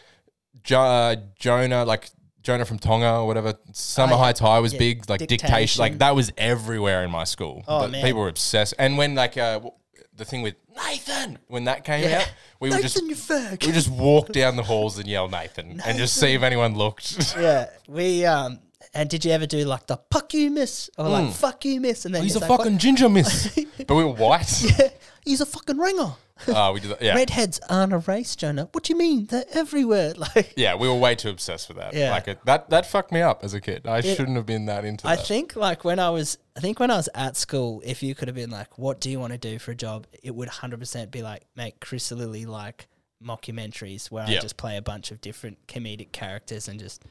S4: jo- uh, Jonah, like Jonah from Tonga or whatever, Summer
S2: Oh, yeah.
S4: High Tide was
S2: Yeah,
S4: big, like dictation.
S2: dictation.
S4: like that was everywhere in my school.
S2: Oh,
S4: The-
S2: man.
S4: people were obsessed. And when like uh, w- the thing with Nathan, when that came
S2: Yeah.
S4: out, we would just
S2: Nathan, you fag.
S4: we would just walk down the halls and yell Nathan, and just see if anyone looked.
S2: yeah, we um, And did you ever do like the "fuck you, miss" or like "fuck you, miss"? And then
S4: Mm.
S2: it's
S4: He's a
S2: like, what-
S4: fucking ginger miss. but we were white.
S2: he's a fucking ringer.
S4: Ah, we did that. Yeah.
S2: Redheads aren't a race, Jonah. What do you mean? They're everywhere. Like
S4: yeah, we were way too obsessed with that.
S2: Yeah.
S4: Like it, that that fucked me up as a kid. I shouldn't have been that into
S2: I
S4: that.
S2: think like when I was I think when I was at school, if you could have been like, What do you want to do for a job? It would hundred percent be like make Chris Lilly like mockumentaries where I
S4: Yeah.
S2: just play a bunch of different comedic characters and just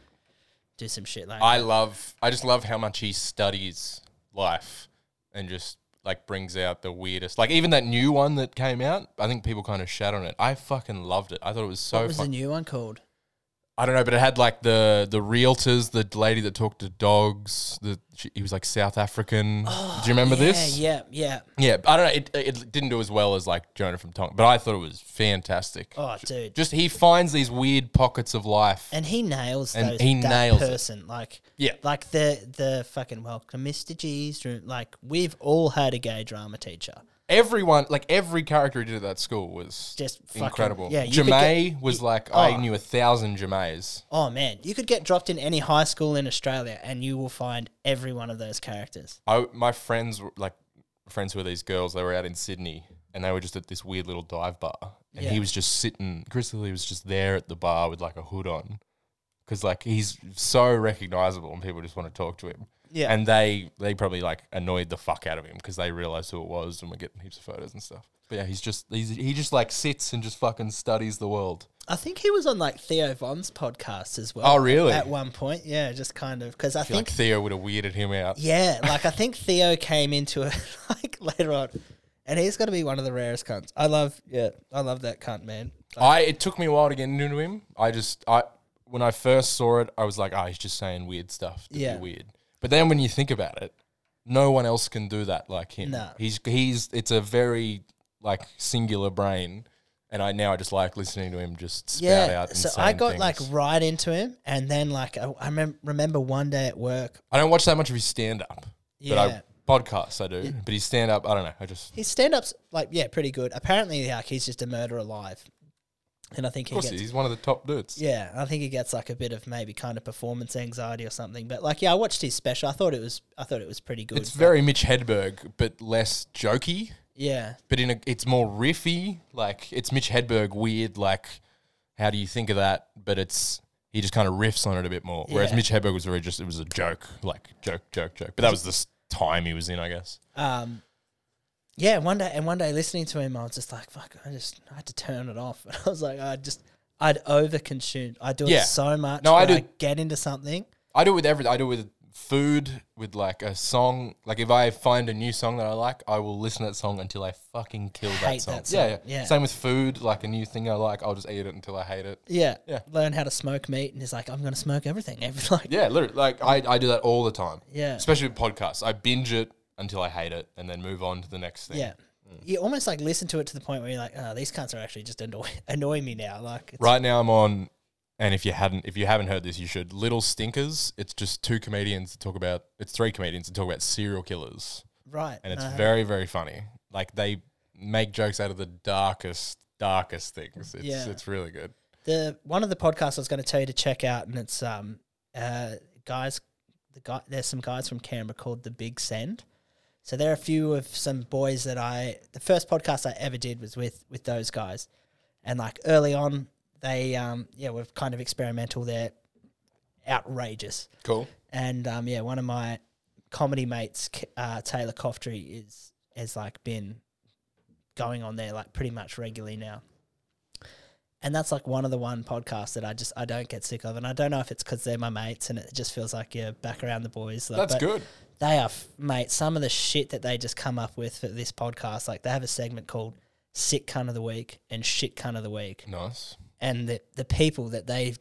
S2: do some shit like
S4: I love I just love how much he studies life and just like brings out the weirdest. Like even that new one that came out, I think people kind of shat on it. I fucking loved it. I thought it was so
S2: what was the
S4: fun.
S2: new one called?
S4: I don't know, but it had like the the realtors, the lady that talked to dogs. The she, he was like South African. Do you remember this?
S2: Oh, Yeah, yeah, yeah.
S4: Yeah, I don't know. It, it didn't do as well as like Jonah from Tonga, but I thought it was fantastic.
S2: Oh dude.
S4: Just he finds these weird pockets of life.
S2: And he nails
S4: And
S2: those,
S4: he
S2: that
S4: nails it.
S2: person. Like
S4: Yeah.
S2: Like the the fucking welcome Mr. G's room. Like we've all had a gay drama teacher.
S4: Everyone, like every character he did at that school was
S2: Just fucking-
S4: incredible.
S2: yeah, you could
S4: Jemay
S2: get-
S4: was
S2: you-
S4: like I
S2: oh.
S4: knew a thousand Jemays.
S2: Oh man, you could get dropped in any high school in Australia and you will find every one of those characters.
S4: I my friends were like friends who were these girls. They were out in Sydney and they were just at this weird little dive bar, and
S2: Yeah.
S4: he was just sitting. Chris Lilly was just there at the bar with like a hood on, because like he's so recognizable and people just want to talk to him.
S2: Yeah.
S4: and they they probably like annoyed the fuck out of him because they realized who it was and were getting heaps of photos and stuff. But yeah, he's just he's, he just like sits and just fucking studies the world.
S2: I think he was on like Theo Von's podcast as well.
S4: Oh, really?
S2: At one point, yeah, just kind of because I
S4: I feel like
S2: think
S4: Theo would have weirded him out.
S2: yeah, like I think Theo came into it like later on, and he's got to be one of the rarest cunts. I love yeah, I love that cunt man.
S4: I it took me a while to get into him. I just I when I first saw it, I was like, oh, he's just saying weird stuff. To
S2: Yeah.
S4: be weird. But then when you think about it, no one else can do that like him.
S2: No.
S4: He's he's it's a very like singular brain. And I now I just like listening to him just spout
S2: Yeah,
S4: out.
S2: so
S4: insane
S2: I got
S4: things.
S2: like right into him, and then like I, I remem- remember one day at work,
S4: I don't watch that much of his stand up.
S2: Yeah.
S4: But I podcasts I do. But his stand up, I don't know. I just
S2: his stand up's like yeah, pretty good. Apparently, like he's just a murderer alive, and I think
S4: of
S2: he
S4: course
S2: gets
S4: he's one of the top dudes.
S2: Yeah, I think he gets like a bit of maybe kind of performance anxiety or something. But like, yeah, I watched his special. I thought it was, I thought it was pretty good.
S4: It's very Mitch Hedberg, but less jokey.
S2: yeah,
S4: But in a, it's more riffy. Like it's Mitch Hedberg weird. Like how do you think of that? But it's he just kind of riffs on it a bit more. Whereas
S2: Yeah.
S4: Mitch Hedberg was very just it was a joke, like joke, joke, joke. But that was the s- time he was in, I guess.
S2: um, yeah. One day, and one day listening to him, I was just like, fuck, I just I had to turn it off. And I was like, I just I'd overconsumed. I do
S4: Yeah.
S2: it so much.
S4: No, I
S2: where
S4: do-
S2: get into something.
S4: I do it with everything. I do it with food, with like a song. Like if I find a new song that I like, I will listen to that song until I fucking kill that,
S2: Hate
S4: song.
S2: that
S4: Yeah,
S2: song,
S4: yeah,
S2: yeah.
S4: Same with food. Like a new thing I like, I'll just eat it until I hate it.
S2: Yeah,
S4: Yeah.
S2: Learn how to smoke meat, and he's like, I'm gonna smoke everything. Every like,
S4: Yeah, literally. Like I, I do that all the time.
S2: Yeah.
S4: Especially with podcasts, I binge it until I hate it, and then move on to the next thing.
S2: yeah.
S4: Mm.
S2: You almost like listen to it to the point where you're like, oh, these cunts are actually just annoy annoying me now. Like, it's-
S4: Right now I'm on. And if you hadn't, if you haven't heard this, you should. Little Stinkers. It's just two comedians that talk about. It's three comedians that talk about serial killers.
S2: right, Uh,
S4: and it's
S2: no, I
S4: very very funny. Like they make jokes out of the darkest darkest things. It's
S2: Yeah.
S4: it's really good.
S2: the one of the podcasts I was going to tell you to check out, and it's um uh guys, the guy there's some guys from Canberra called the Big Send. So there are a few of some boys that I the first podcast I ever did was with with those guys, and like early on they um yeah were kind of experimental. They're outrageous,
S4: Cool.
S2: and um yeah one of my comedy mates K- uh, Taylor Coftry is has like been going on there like pretty much regularly now and that's like one of the one podcasts that I just I don't get sick of, and I don't know if it's because they're my mates, and it just feels like you're back around the boys. Like,
S4: That's
S2: but
S4: good.
S2: They are f- mate. Some of the shit that they just come up with for this podcast, like they have a segment called "Sick Cunt of the Week" and "Shit Cunt of the Week,"
S4: Nice.
S2: and the the people that they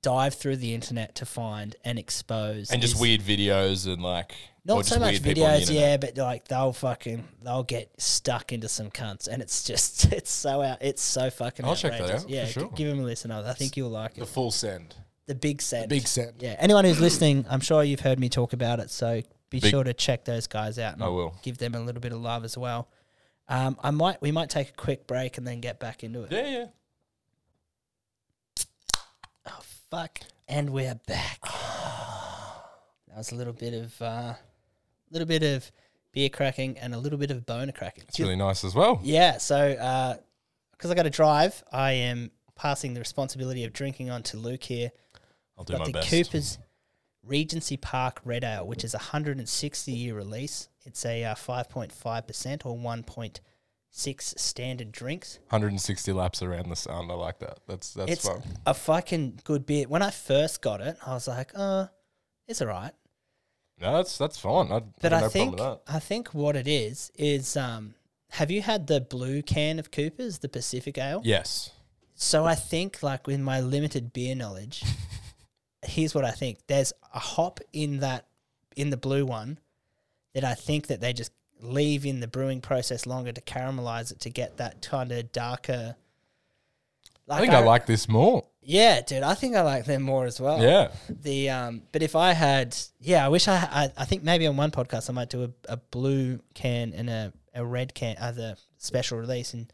S2: dive through the internet to find and expose
S4: And just
S2: is-
S4: weird videos and like
S2: Not
S4: or just
S2: so much
S4: weird people on the
S2: videos,
S4: internet.
S2: yeah, but like they'll fucking they'll get stuck into some cunts, and it's just it's so out, it's so fucking.
S4: I'll check
S2: outrageous.
S4: that out,
S2: Yeah,
S4: for sure.
S2: g- give him a listen. I I think you'll like it.
S4: The full send.
S2: The big send.
S4: Big send.
S2: Yeah. Anyone who's listening, I'm sure you've heard me talk about it, so be
S4: Big-
S2: sure to check those guys out. And
S4: I will.
S2: give them a little bit of love as well. Um, I might we might take a quick break and then get back into it.
S4: Yeah, yeah.
S2: Fuck. And we're back. That was a little bit of, uh, little bit of beer cracking and a little bit of boner cracking.
S4: It's really nice as well.
S2: Yeah. So, because I got to drive, I am passing the responsibility of drinking on to Luke here.
S4: I'll do
S2: got
S4: my
S2: the
S4: best.
S2: Cooper's Regency Park Red Ale, which is a 160 year release. It's a uh, 5.5% or 1.6 standard drinks.
S4: 160 laps around the sun. I like that. That's that's
S2: it's
S4: fun.
S2: a fucking good beer. When I first got it, I was like, uh, it's all right.
S4: No, that's that's fun. I,
S2: But
S4: I,
S2: I
S4: no
S2: think
S4: problem with
S2: I think what it is is um, have you had the blue can of Cooper's, the Pacific Ale?
S4: that. Yes.
S2: So I think, like with my limited beer knowledge, here's what I think. There's a hop in that in the blue one that I think that they just leave in the brewing process longer to caramelize it to get that kind of darker.
S4: I think I,
S2: re-
S4: like this more.
S2: Yeah, dude, I think I like them more as well.
S4: Yeah.
S2: The um, but if I had, yeah, I wish I, I, I think maybe on one podcast I might do a, a blue can and a, a red can, other special release. And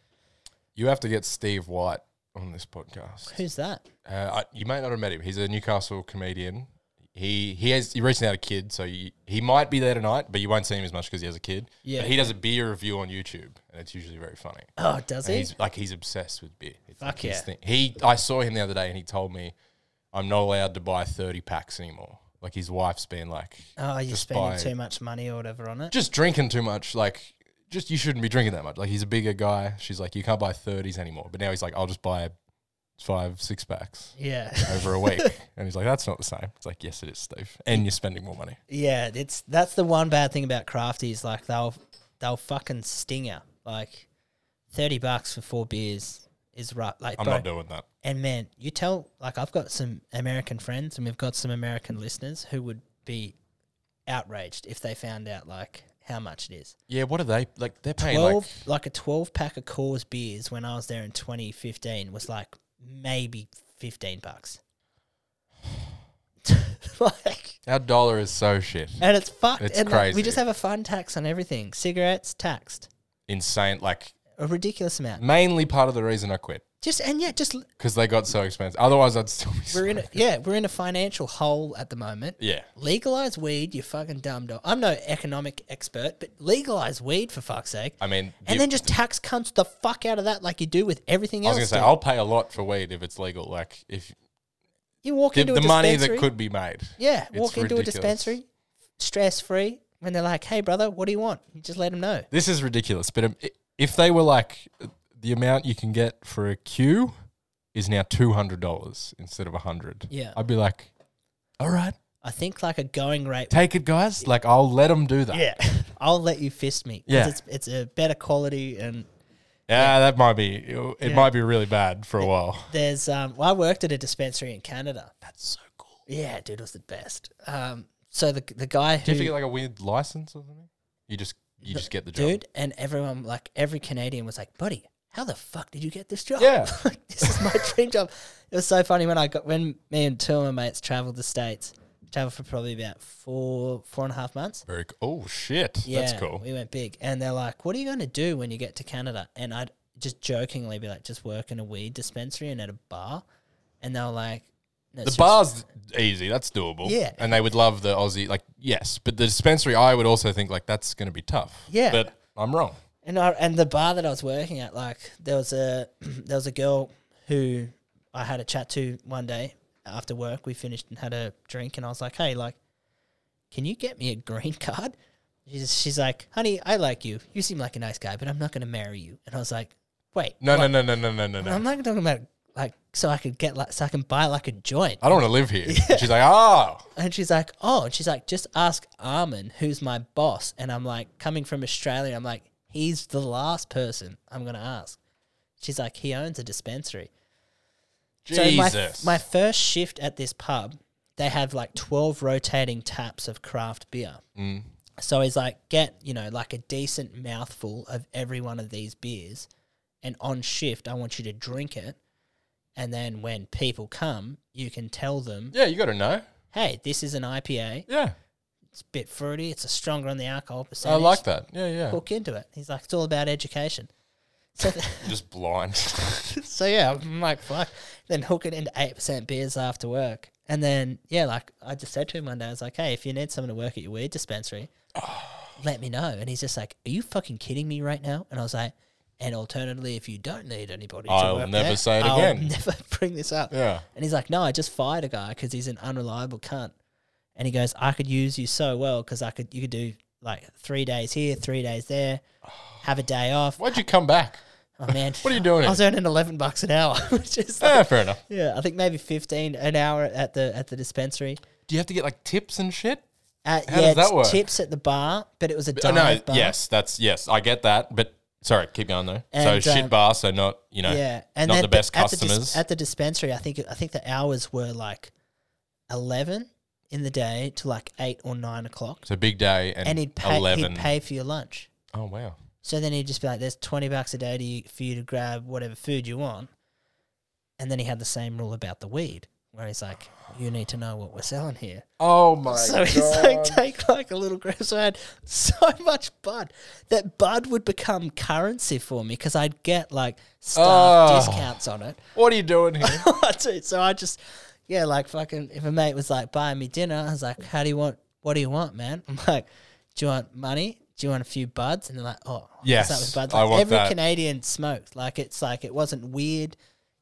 S4: You have to get Steve White on this podcast.
S2: who's that?
S4: Uh, I, you might not have met him. He's a Newcastle comedian. He he has he recently had a kid, so you, he might be there tonight, but you won't see him as much because he has a kid.
S2: Yeah.
S4: But he does a beer review on YouTube, and it's usually very funny.
S2: Oh, does
S4: And
S2: he?
S4: he's like he's obsessed with beer. It's
S2: Fuck
S4: like his
S2: yeah.
S4: thing. He I saw him the other day, and he told me I'm not allowed to buy 30 packs anymore. Like his wife's been like,
S2: Oh, you're
S4: just
S2: spending
S4: buy-
S2: too much money or whatever on it.
S4: just drinking too much. Like, just you shouldn't be drinking that much. Like, he's a bigger guy. She's like, you can't buy 30s anymore. But now he's like, I'll just buy five, six packs
S2: Yeah,
S4: over a week. and he's like, that's not the same. It's like, yes, it is, Steve. And you're spending more money.
S2: yeah. It's that's the one bad thing about crafties. Like they'll they'll fucking stinger. Like thirty bucks for four beers is right. Like
S4: I'm
S2: bro,
S4: not doing that.
S2: and man, you tell like I've got some American friends and we've got some American listeners who would be outraged if they found out like how much it is.
S4: Yeah, what are they like? They're paying
S2: Twelve
S4: like
S2: like, a twelve pack of Coors beers when I was there in twenty fifteen was like maybe fifteen bucks. like
S4: our dollar is so shit.
S2: and it's fucked.
S4: It's
S2: and like, we
S4: crazy.
S2: just have a fun tax on everything. Cigarettes taxed
S4: Insane. Like,
S2: a ridiculous amount.
S4: mainly part of the reason I quit
S2: Just and yeah, just l-
S4: because they got so expensive. Otherwise, I'd still be.
S2: we're in a, yeah we're in a financial hole at the moment.
S4: yeah.
S2: Legalize weed, you fucking dumb dog. I'm no economic expert, but legalize weed for fuck's sake,
S4: I mean,
S2: and
S4: if-
S2: then just tax cunts the fuck out of that like you do with everything
S4: I was
S2: else.
S4: going to say,
S2: dude.
S4: I'll pay a lot for weed if it's legal. Like, if
S2: you walk
S4: the,
S2: into a
S4: the money that
S2: dispensary-
S4: could be made.
S2: Yeah,
S4: It's
S2: walk into a
S4: ridiculous.
S2: dispensary, stress free. When they're like, "Hey, brother, what do you want?" You just let them know.
S4: This is ridiculous. But um, i- if they were like the amount you can get for a queue is now two hundred dollars instead of a hundred,
S2: Yeah.
S4: I'd be like, all right,
S2: I think like a going rate
S4: take it, guys. Like I'll let them do that.
S2: Yeah, I'll let you fist me. 'cause
S4: Yeah.
S2: it's it's a better quality, and
S4: Yeah, that might be. It
S2: Yeah.
S4: might be really bad for a while.
S2: there's um. Well, I worked at a dispensary in Canada.
S4: That's so cool.
S2: Yeah, dude, it was the best. Um, so the the guy
S4: Do you have to
S2: who
S4: get like a weird license or something? You just you just get the job.
S2: dude and everyone like every Canadian was like, buddy. How the fuck did you get this job?
S4: Yeah.
S2: Like, this is my dream job. It was so funny when I got when me and two of my mates traveled the states, traveled for probably about four four and a half months.
S4: Very cool. Oh shit,
S2: Yeah,
S4: that's cool.
S2: We went big, and they're like, "What are you going to do when you get to Canada?" And I'd just jokingly be like, "Just work in a weed dispensary and at a bar," and they were like, no,
S4: The
S2: it's just-
S4: bar's easy. That's doable.
S2: Yeah.
S4: And they would love the Aussie. Like, yes. But the dispensary, I would also think, like, that's going to be tough.
S2: Yeah.
S4: But I'm wrong.
S2: And I, and the bar that I was working at, like there was a there was a girl who I had a chat to one day after work. We finished and had a drink, and I was like, "Hey, like, can you get me a green card?" She's she's like, "Honey, I like you. You seem like a nice guy, but I'm not going to marry you." And I was like, "Wait,
S4: No, no, no, no, no, no, no, no.
S2: I'm not talking about like so I could get like so I can buy like a joint.
S4: I don't want to live here. And She's like, oh,
S2: And she's like, oh, and she's like, just ask Armin, who's my boss. And I'm like, coming from Australia, I'm like, he's the last person I'm gonna ask. She's like, he owns a dispensary.
S4: Jesus.
S2: So my, my first shift at this pub, they have like 12 rotating taps of craft beer. Mm. So he's like, get, you know, like a decent mouthful of every one of these beers. And on shift, I want you to drink it. And then when people come, you can tell them,
S4: yeah, you got to know.
S2: hey, this is an IPA.
S4: Yeah.
S2: It's a bit fruity. It's a stronger on the alcohol
S4: I
S2: percentage.
S4: like that. Yeah, yeah.
S2: Hook into it. He's like, it's all about education. So
S4: Just blind.
S2: So yeah, I'm like, fuck. Then hook it into eight percent beers after work, And then, yeah, like I just said to him one day, I was like, hey, if you need someone to work at your weed dispensary, let me know. And he's just like, are you fucking kidding me right now? And I was like, and alternatively, if you don't need anybody, to
S4: I'll
S2: work
S4: never
S2: there,
S4: say it
S2: I'll
S4: again."
S2: Never bring this up.
S4: Yeah.
S2: And he's like, no, I just fired a guy because he's an unreliable cunt. And he goes, I could use you so well because I could, you could do like three days here, three days there, have a day off.
S4: Why'd you come back?
S2: Oh man,
S4: What are you doing
S2: I was earning eleven bucks an hour, which is like,
S4: Ah, fair enough.
S2: yeah, I think maybe fifteen an hour at the at the dispensary.
S4: Do you have to get like tips and shit?
S2: Uh,
S4: How
S2: yeah,
S4: does that
S2: it's
S4: work?
S2: tips at the bar, but it was a
S4: Uh,
S2: dive
S4: no,
S2: bar.
S4: yes, that's yes, I get that. But sorry, keep going though.
S2: And,
S4: so shit
S2: um,
S4: bar, so not you know,
S2: yeah,
S4: not
S2: at
S4: the best
S2: at the dis-
S4: customers.
S2: at the dispensary. I think I think the hours were like eleven in the day to like eight or nine o'clock,
S4: so big day and,
S2: and he'd pay
S4: eleven.
S2: he'd pay for your lunch.
S4: Oh wow,
S2: So then he'd just be like, "There's twenty bucks a day to you, for you to grab whatever food you want," and then he had the same rule about the weed, where he's like, "You need to know what we're selling here."
S1: Oh my
S2: So he's like, take like a little grab. So I had so much bud that bud would become currency for me because I'd get like staff
S4: Oh.
S2: discounts on it.
S4: what are you doing here?
S2: Dude, so I just, yeah, like fucking, if a mate was like buying me dinner, I was like, how do you want, what do you want, man? I'm like, do you want money? Do you want a few buds? And they're like, oh, what's
S4: Yes,
S2: that with buds?
S4: I
S2: Like,
S4: want
S2: every
S4: that.
S2: Canadian smoked. Like it's like, it wasn't weird.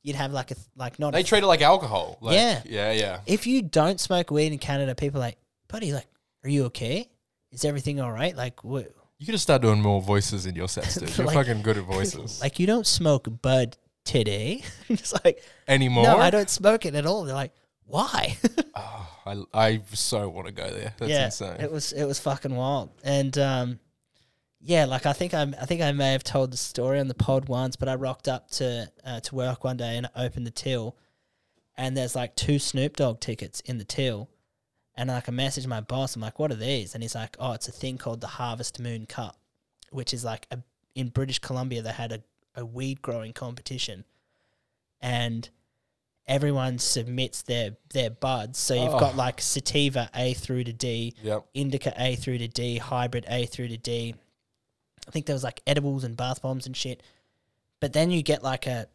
S2: You'd have like a, like not a
S4: they treat it like alcohol. Like,
S2: Yeah.
S4: yeah, yeah.
S2: if you don't smoke weed in Canada, people are like, buddy, like, are you okay? Is everything all right? Like, what?
S4: You could just start doing more voices in your sets, dude. You're
S2: Like-
S4: fucking good at voices.
S2: Like, you don't smoke bud today. it's like,
S4: Anymore?
S2: no, I don't smoke it at all. They're like, why?
S4: I, I so want to go there. That's
S2: yeah,
S4: insane.
S2: it was it was fucking wild. And um, yeah, like I think I I think I may have told the story on the pod once, but I rocked up to uh, to work one day and I opened the till, and there's like two Snoop Dogg tickets in the till, and like I messaged my boss, I'm like, what are these? And he's like, oh, it's a thing called the Harvest Moon Cup, which is like a, in British Columbia they had a, a weed growing competition, and everyone submits their their buds. So you've
S4: Oh.
S2: got like sativa A through to D,
S4: Yep.
S2: indica A through to D, hybrid A through to D. I think there was like edibles and bath bombs and shit. But then you get like a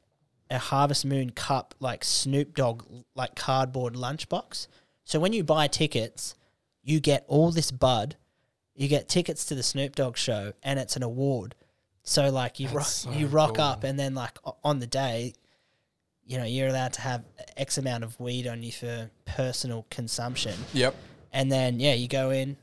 S2: a Harvest Moon cup like Snoop Dogg like cardboard lunchbox. So when you buy tickets, you get all this bud, you get tickets to the Snoop Dogg show, and it's an award. So like you rock,
S4: so
S2: you rock
S4: cool.
S2: up, and then like o- on the day, you know you're allowed to have X amount of weed on you for personal consumption,
S4: Yep.
S2: and then yeah you go in,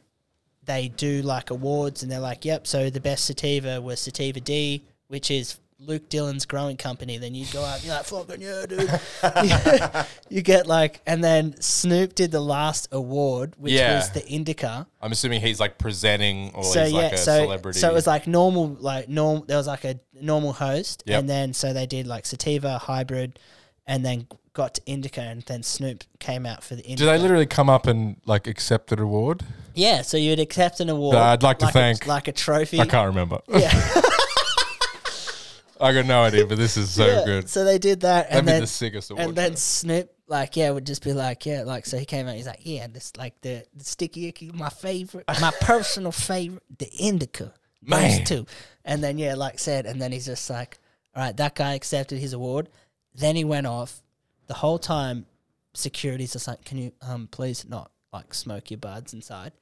S2: they do like awards, and they're like, yep, so the best sativa was sativa D, which is. Luke Dillon's growing company, then you go out, and you're like, fucking yeah, dude. you get like, and then Snoop did the last award, which
S4: Yeah.
S2: was the Indica
S4: I'm assuming he's like presenting or
S2: so
S4: he's
S2: yeah,
S4: like a
S2: so
S4: celebrity.
S2: so it was like normal, like norm. There was like a normal host,
S4: Yep.
S2: and then so they did like sativa hybrid, and then got to indica, and then Snoop came out for the indica.
S4: Do they literally come up and like accept an award?
S2: Yeah, so you'd accept an award.
S4: Uh, I'd like to
S2: a-
S4: thank-
S2: like a trophy.
S4: I can't remember.
S2: Yeah,
S4: I got no idea, but this is so
S2: yeah.
S4: good.
S2: So they did that,
S4: That'd
S2: and
S4: be
S2: then
S4: the sickest award.
S2: and then Snoop, like, yeah, would just be like, yeah, like, so he came out, he's like, yeah, this, like, the, the sticky icky, my favorite, my personal favorite, the indica.
S4: Man.
S2: Those two. And then, yeah, like said, and then he's just like, all right, that guy accepted his award. Then he went off. The whole time, security's just like, can you um please not, like, smoke your buds inside?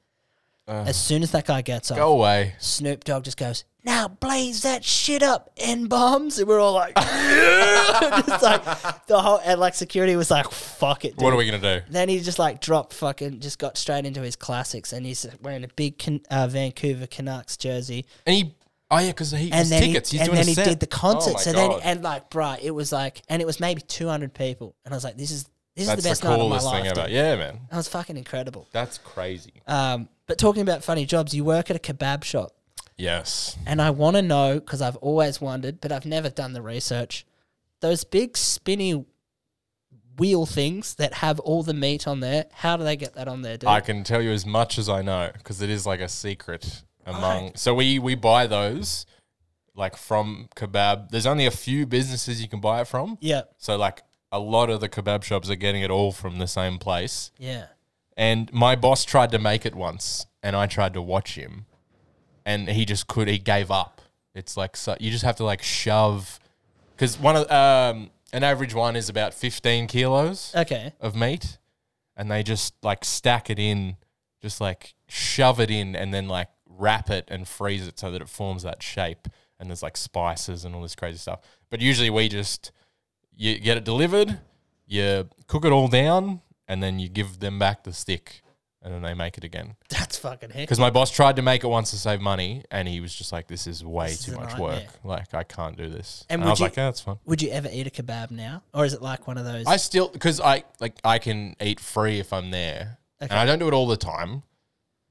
S4: Uh.
S2: as soon as that guy gets off,
S4: Go away.
S2: Snoop Dogg just goes, now blaze that shit up, N bombs. And we're all like, just like the whole, and like security was like, fuck it, dude.
S4: What are we gonna do?
S2: then he just like dropped fucking, just got straight into his classics and he's wearing a big Can- uh, Vancouver Canucks jersey.
S4: And he, oh yeah, because he
S2: And
S4: his
S2: then
S4: tickets.
S2: he,
S4: he's
S2: and then
S4: doing a
S2: he
S4: set.
S2: did the concert.
S4: Oh my
S2: so then,
S4: God.
S2: and like, bruh, it was like, and it was maybe 200 people. And I was like, this is, this
S4: that's
S2: is the best night of my
S4: coolest
S2: life.
S4: thing
S2: dude.
S4: about. Yeah, man,
S2: That was fucking incredible.
S4: that's crazy.
S2: Um, but talking about funny jobs, you work at a kebab shop.
S4: yes.
S2: And I want to know because I've always wondered, but I've never done the research. Those big spinny wheel things that have all the meat on there, how do they get that on there, dude?
S4: I can tell you as much as I know because it is like a secret among. So we we buy those like from kebab. There's only a few businesses you can buy it from.
S2: yeah,
S4: So like a lot of the kebab shops are getting it all from the same place.
S2: yeah.
S4: And my boss tried to make it once, and I tried to watch him, and he just could. He gave up. It's like so, you just have to like shove, because one of um, an average one is about fifteen kilos
S2: Okay.
S4: of meat, and they just like stack it in, just like shove it in, and then like wrap it and freeze it so that it forms that shape. And there's like spices and all this crazy stuff. But usually we just you get it delivered, you cook it all down, and then you give them back the stick, and then they make it again.
S2: That's fucking heck.
S4: Because my boss tried to make it once to save money, and he was just like, "This is way
S2: This is
S4: too
S2: a
S4: much work.
S2: nightmare.
S4: Like, I can't do this."
S2: And
S4: And,
S2: would
S4: I was
S2: you-
S4: like, "Yeah, that's fine."
S2: Would you ever eat a kebab now, or is it like one of those?
S4: I still because I like I can eat free if I'm there,
S2: Okay.
S4: and I don't do it all the time,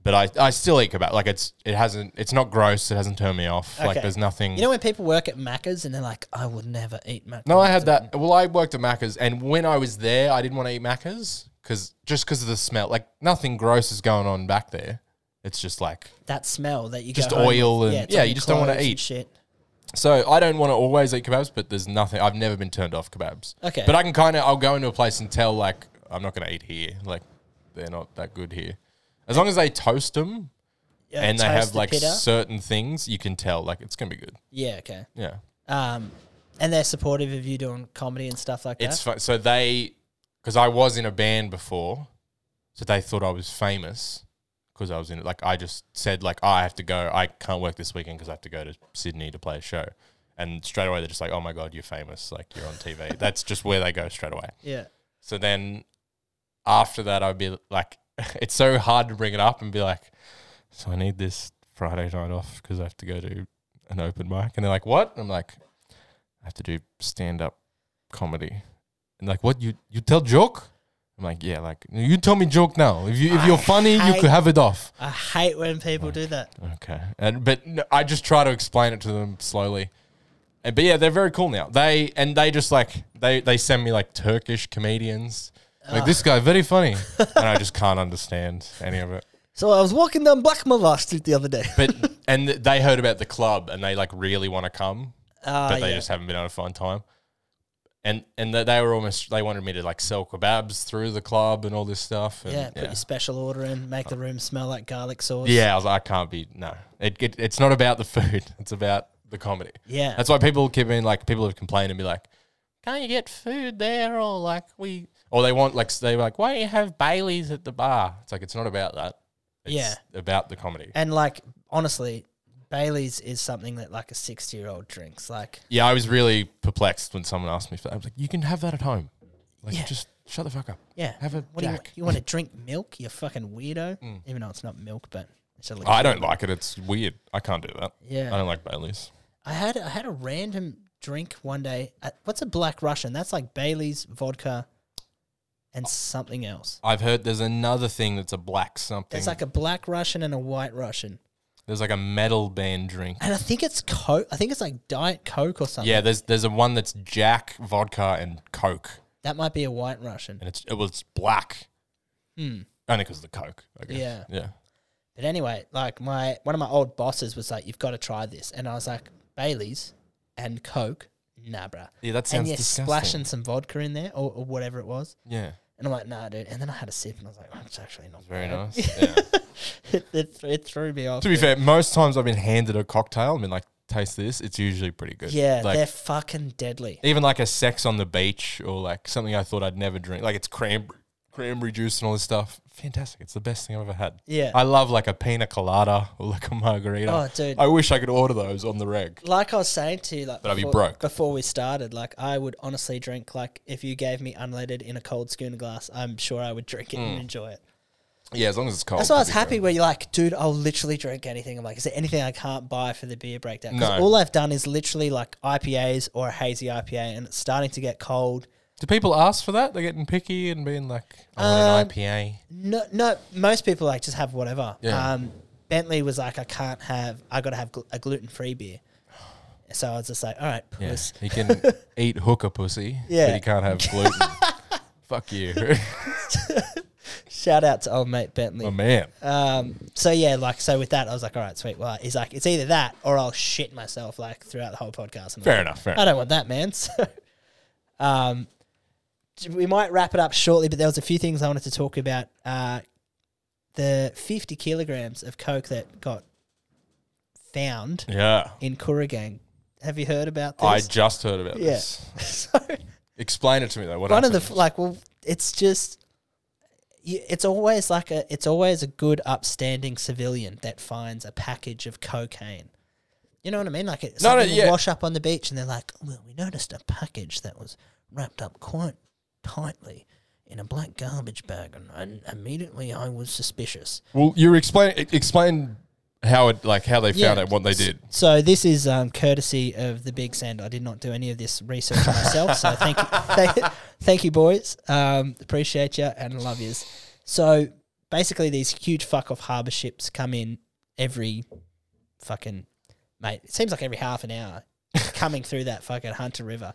S4: but I I still eat kebab. Like it's it hasn't it's not gross. It hasn't turned me off.
S2: Okay.
S4: Like there's nothing.
S2: you know when people work at Macca's and they're like, "I will never eat Macca's."
S4: no, I had that. Well, I worked at Macca's, and when I was there, I didn't want to eat Macca's because just because of the smell. Like nothing gross is going on back there. It's just like
S2: that smell that you
S4: Just
S2: go home
S4: oil
S2: with.
S4: and-
S2: it's
S4: yeah,
S2: on
S4: you
S2: your
S4: just don't wanna
S2: clothes and
S4: eat.
S2: shit.
S4: So I don't want to always eat kebabs, but there's nothing. I've never been turned off kebabs.
S2: Okay.
S4: But I can kind of. I'll go into a place and tell like I'm not going to eat here. Like they're not that good here. As long as they toast them
S2: Yeah,
S4: and they
S2: toast
S4: have
S2: the
S4: like
S2: pita.
S4: certain things, you can tell like it's going to be good.
S2: yeah, okay.
S4: Yeah.
S2: Um, and they're supportive of you doing comedy and stuff like
S4: It's
S2: that.
S4: fun. So they, because I was in a band before, so they thought I was famous because I was in it. Like I just said, like "Oh, I have to go. I can't work this weekend because I have to go to Sydney to play a show. And straight away they're just like, "Oh my god, you're famous! Like you're on TV." That's just where they go straight away.
S2: Yeah,
S4: So then after that, I'd be like, it's so hard to bring it up and be like, so I need this Friday night off because I have to go to an open mic. And they're like, what? I'm like, I have to do stand up comedy. And like, what? You you tell joke? I'm like, yeah, like you tell me joke now. If you if you're funny, you could have it off.
S2: I hate when people do that.
S4: Okay. And but no, I just try to explain it to them slowly. And, but yeah, they're very cool now. They and they just like they they send me like Turkish comedians.
S2: Ah.
S4: Like this guy very funny, and I just can't understand any of it.
S2: So I was walking down Blackmala Street the other day.
S4: But and they heard about the club and they like really want to come,
S2: Ah,
S4: but they
S2: yeah.
S4: just haven't been able to find time. And and they- they were almost they wanted me to like sell kebabs through the club and all this stuff. And
S2: yeah, put your special order in, make the room smell like garlic sauce.
S4: Yeah, I was like, I can't be. No, it, it it's not about the food. It's about the comedy.
S2: Yeah.
S4: that's why people keep being like, people have complained and be like, can't you get food there or like we or they want like they were like, why don't you have Bailey's at the bar? It's like it's not about that. It's
S2: Yeah.
S4: about the comedy.
S2: and like honestly, Bailey's is something that like a sixty-year-old drinks. Like
S4: Yeah, I was really perplexed when someone asked me for that. I was like, you can have that at home. Like,
S2: Yeah.
S4: just shut the fuck up.
S2: Yeah.
S4: have a
S2: what Do you,
S4: jack.
S2: want? you want to drink milk? You fucking weirdo. Even though it's not milk, but it's a.
S4: I don't like it. It's weird. I can't do that.
S2: Yeah.
S4: I don't like Bailey's.
S2: I had I had a random drink one day. At, what's a Black Russian? That's like Bailey's vodka, and something else.
S4: I've heard there's another thing that's a black something.
S2: It's like a Black Russian and a White Russian,
S4: there's like a metal band drink.
S2: and I think it's Coke. I think it's like Diet Coke or something.
S4: Yeah, there's there's a one that's Jack vodka and Coke,
S2: that might be a White Russian.
S4: and it's it was black. Only because of the Coke, I guess.
S2: Hmm. Yeah.
S4: yeah.
S2: But anyway, like my one of my old bosses was like, "You've got to try this," and I was like, "Bailey's and Coke, nah, bruh."
S4: Yeah, that
S2: and
S4: sounds
S2: you're
S4: disgusting.
S2: splashing some vodka in there or, or whatever it was.
S4: Yeah,
S2: And I'm like, nah, dude. And then I had a sip and I was like, oh, it's actually not
S4: very
S2: bad.
S4: nice. Yeah.
S2: it, it, th- it threw me off.
S4: to be
S2: dude.
S4: fair, most times I've been handed a cocktail and been like, "Taste this." It's usually pretty good.
S2: Yeah,
S4: like
S2: they're fucking deadly.
S4: even like a sex on the beach or like something I thought I'd never drink, like it's cranberry cranberry juice and all this stuff. Fantastic! It's the best thing I've ever had.
S2: Yeah.
S4: I love like a pina colada or like a margarita.
S2: Oh, dude.
S4: I wish I could order those on the reg.
S2: Like I was saying to you, like
S4: But I'd be
S2: before,
S4: broke.
S2: before we started, like I would honestly drink like if you gave me unleaded in a cold schooner glass, I'm sure I would drink it
S4: Hmm.
S2: and enjoy it.
S4: Yeah, as long as it's cold.
S2: That's why I
S4: to
S2: was
S4: be
S2: happy
S4: fair.
S2: where you're like, dude, I'll literally drink anything. I'm like, is there anything I can't buy for the beer breakdown? Because
S4: No.
S2: all I've done is literally like IPAs or a hazy IPA, and it's starting to get cold.
S4: Do people ask for that? They're getting picky and being like, "I want an IPA."
S2: Um, No, no. Most people like just have whatever.
S4: Yeah.
S2: Um, Bentley was like, I can't have. I got to have gl- a gluten free beer. So I was just like, all right,
S4: Yeah,
S2: puss.
S4: he can eat hooker pussy,
S2: Yeah.
S4: but he can't have gluten. Fuck you,
S2: Shout out to old mate Bentley.
S4: my man.
S2: Um, so yeah, like so with that, I was like, all right, sweet. Well, he's like, it's either that or I'll shit myself like throughout the whole podcast. And I'm
S4: Fair enough. Fair
S2: I
S4: enough.
S2: don't want that, man. So, um, we might wrap it up shortly, but there was a few things I wanted to talk about. Uh, the 50 kilograms of coke that got found
S4: Yeah,
S2: in Kurigang. Have you heard about
S4: I
S2: this?
S4: just heard about
S2: yeah.
S4: this.
S2: so
S4: Explain it to me though. What
S2: one of the
S4: happened?
S2: like, well, it's just you- it's always like a it's always a good upstanding civilian that finds a package of cocaine. You know what I mean? Like it's
S4: No, no,
S2: something will
S4: yeah.
S2: wash up on the beach, and they're like, "Well, we noticed a package that was wrapped up quite tightly in a black garbage bag, and, and immediately I was suspicious."
S4: Well, you explain e, explain how it like how they found
S2: Yeah.
S4: it, what they did.
S2: So this is um, courtesy of the Big Send. I did not do any of this research myself, so thank you, thank, thank you, boys. Um, appreciate you and love yous. So basically, these huge fuck off harbour ships come in every fucking mate. It seems like every half an hour coming through that fucking Hunter River,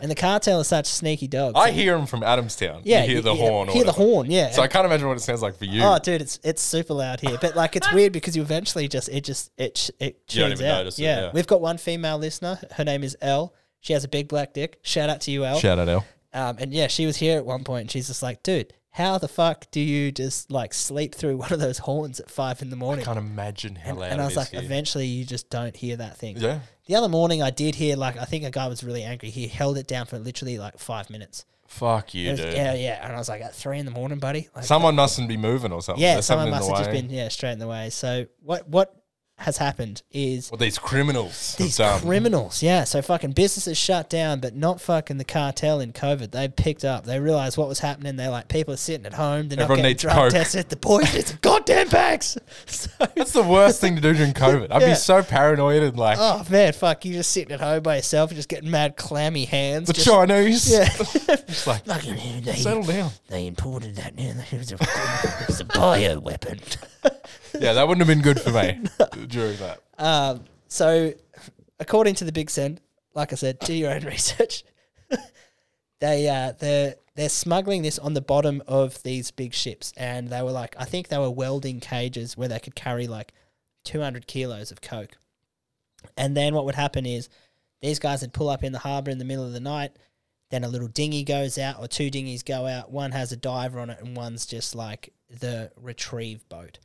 S2: and the cartel are such sneaky dogs.
S4: I hear them from Adamstown.
S2: yeah,
S4: you hear the
S2: yeah,
S4: horn. Or
S2: Hear the
S4: whatever.
S2: horn. Yeah,
S4: So I can't imagine what it sounds like for you.
S2: Oh, dude, it's it's super loud here, but like it's weird because you eventually just it just it ch- it
S4: You don't
S2: tunes
S4: even
S2: out.
S4: notice it,
S2: yeah.
S4: yeah.
S2: we've got one female listener. Her name is Elle. She has a big black dick. Shout out to you, Elle.
S4: Shout out, Al.
S2: Um, and yeah, she was here at one point, and she's just like, dude, how the fuck do you just like sleep through one of those horns at five in the
S4: I
S2: morning?
S4: can't imagine how loud
S2: And I was like,
S4: here.
S2: eventually you just don't hear that thing.
S4: yeah.
S2: The other morning, I did hear like I think a guy was really angry. He held it down for literally like five minutes.
S4: Fuck
S2: It
S4: you,
S2: was-
S4: dude.
S2: yeah, yeah. And I was like, at three in the morning, buddy. Like,
S4: Someone mustn't be moving or something.
S2: Yeah,
S4: There's
S2: someone must
S4: something in the
S2: have just
S4: way.
S2: been yeah straight in the way. So what what has happened is
S4: Well, these criminals.
S2: these
S4: have done.
S2: criminals, yeah. So fucking businesses shut down, but not fucking the cartel in COVID. They picked up. They realized what was happening. They're like, people are sitting at home. They're
S4: Everyone
S2: not getting
S4: needs
S2: drug
S4: coke.
S2: tested. The boys need some goddamn bags. So,
S4: That's the worst thing to do during COVID. I'd
S2: Yeah.
S4: be so paranoid and like
S2: oh man, fuck! You just sitting at home by yourself, just getting mad clammy hands.
S4: the
S2: just,
S4: Chinese.
S2: Yeah.
S4: Just like
S2: Fucking they,
S4: settle down.
S2: they imported that. Yeah, it was a, it was a bio weapon.
S4: Yeah, that wouldn't have been good for me during that.
S2: Um, so, according to the Big Send, like I said, do your own research. they uh, they're they're smuggling this on the bottom of these big ships, and they were like, I think they were welding cages where they could carry like 200 kilos of coke. And then what would happen is these guys would pull up in the harbour in the middle of the night. Then a little dinghy goes out, or two dinghies go out. One has a diver on it, and one's just like the retrieve boat.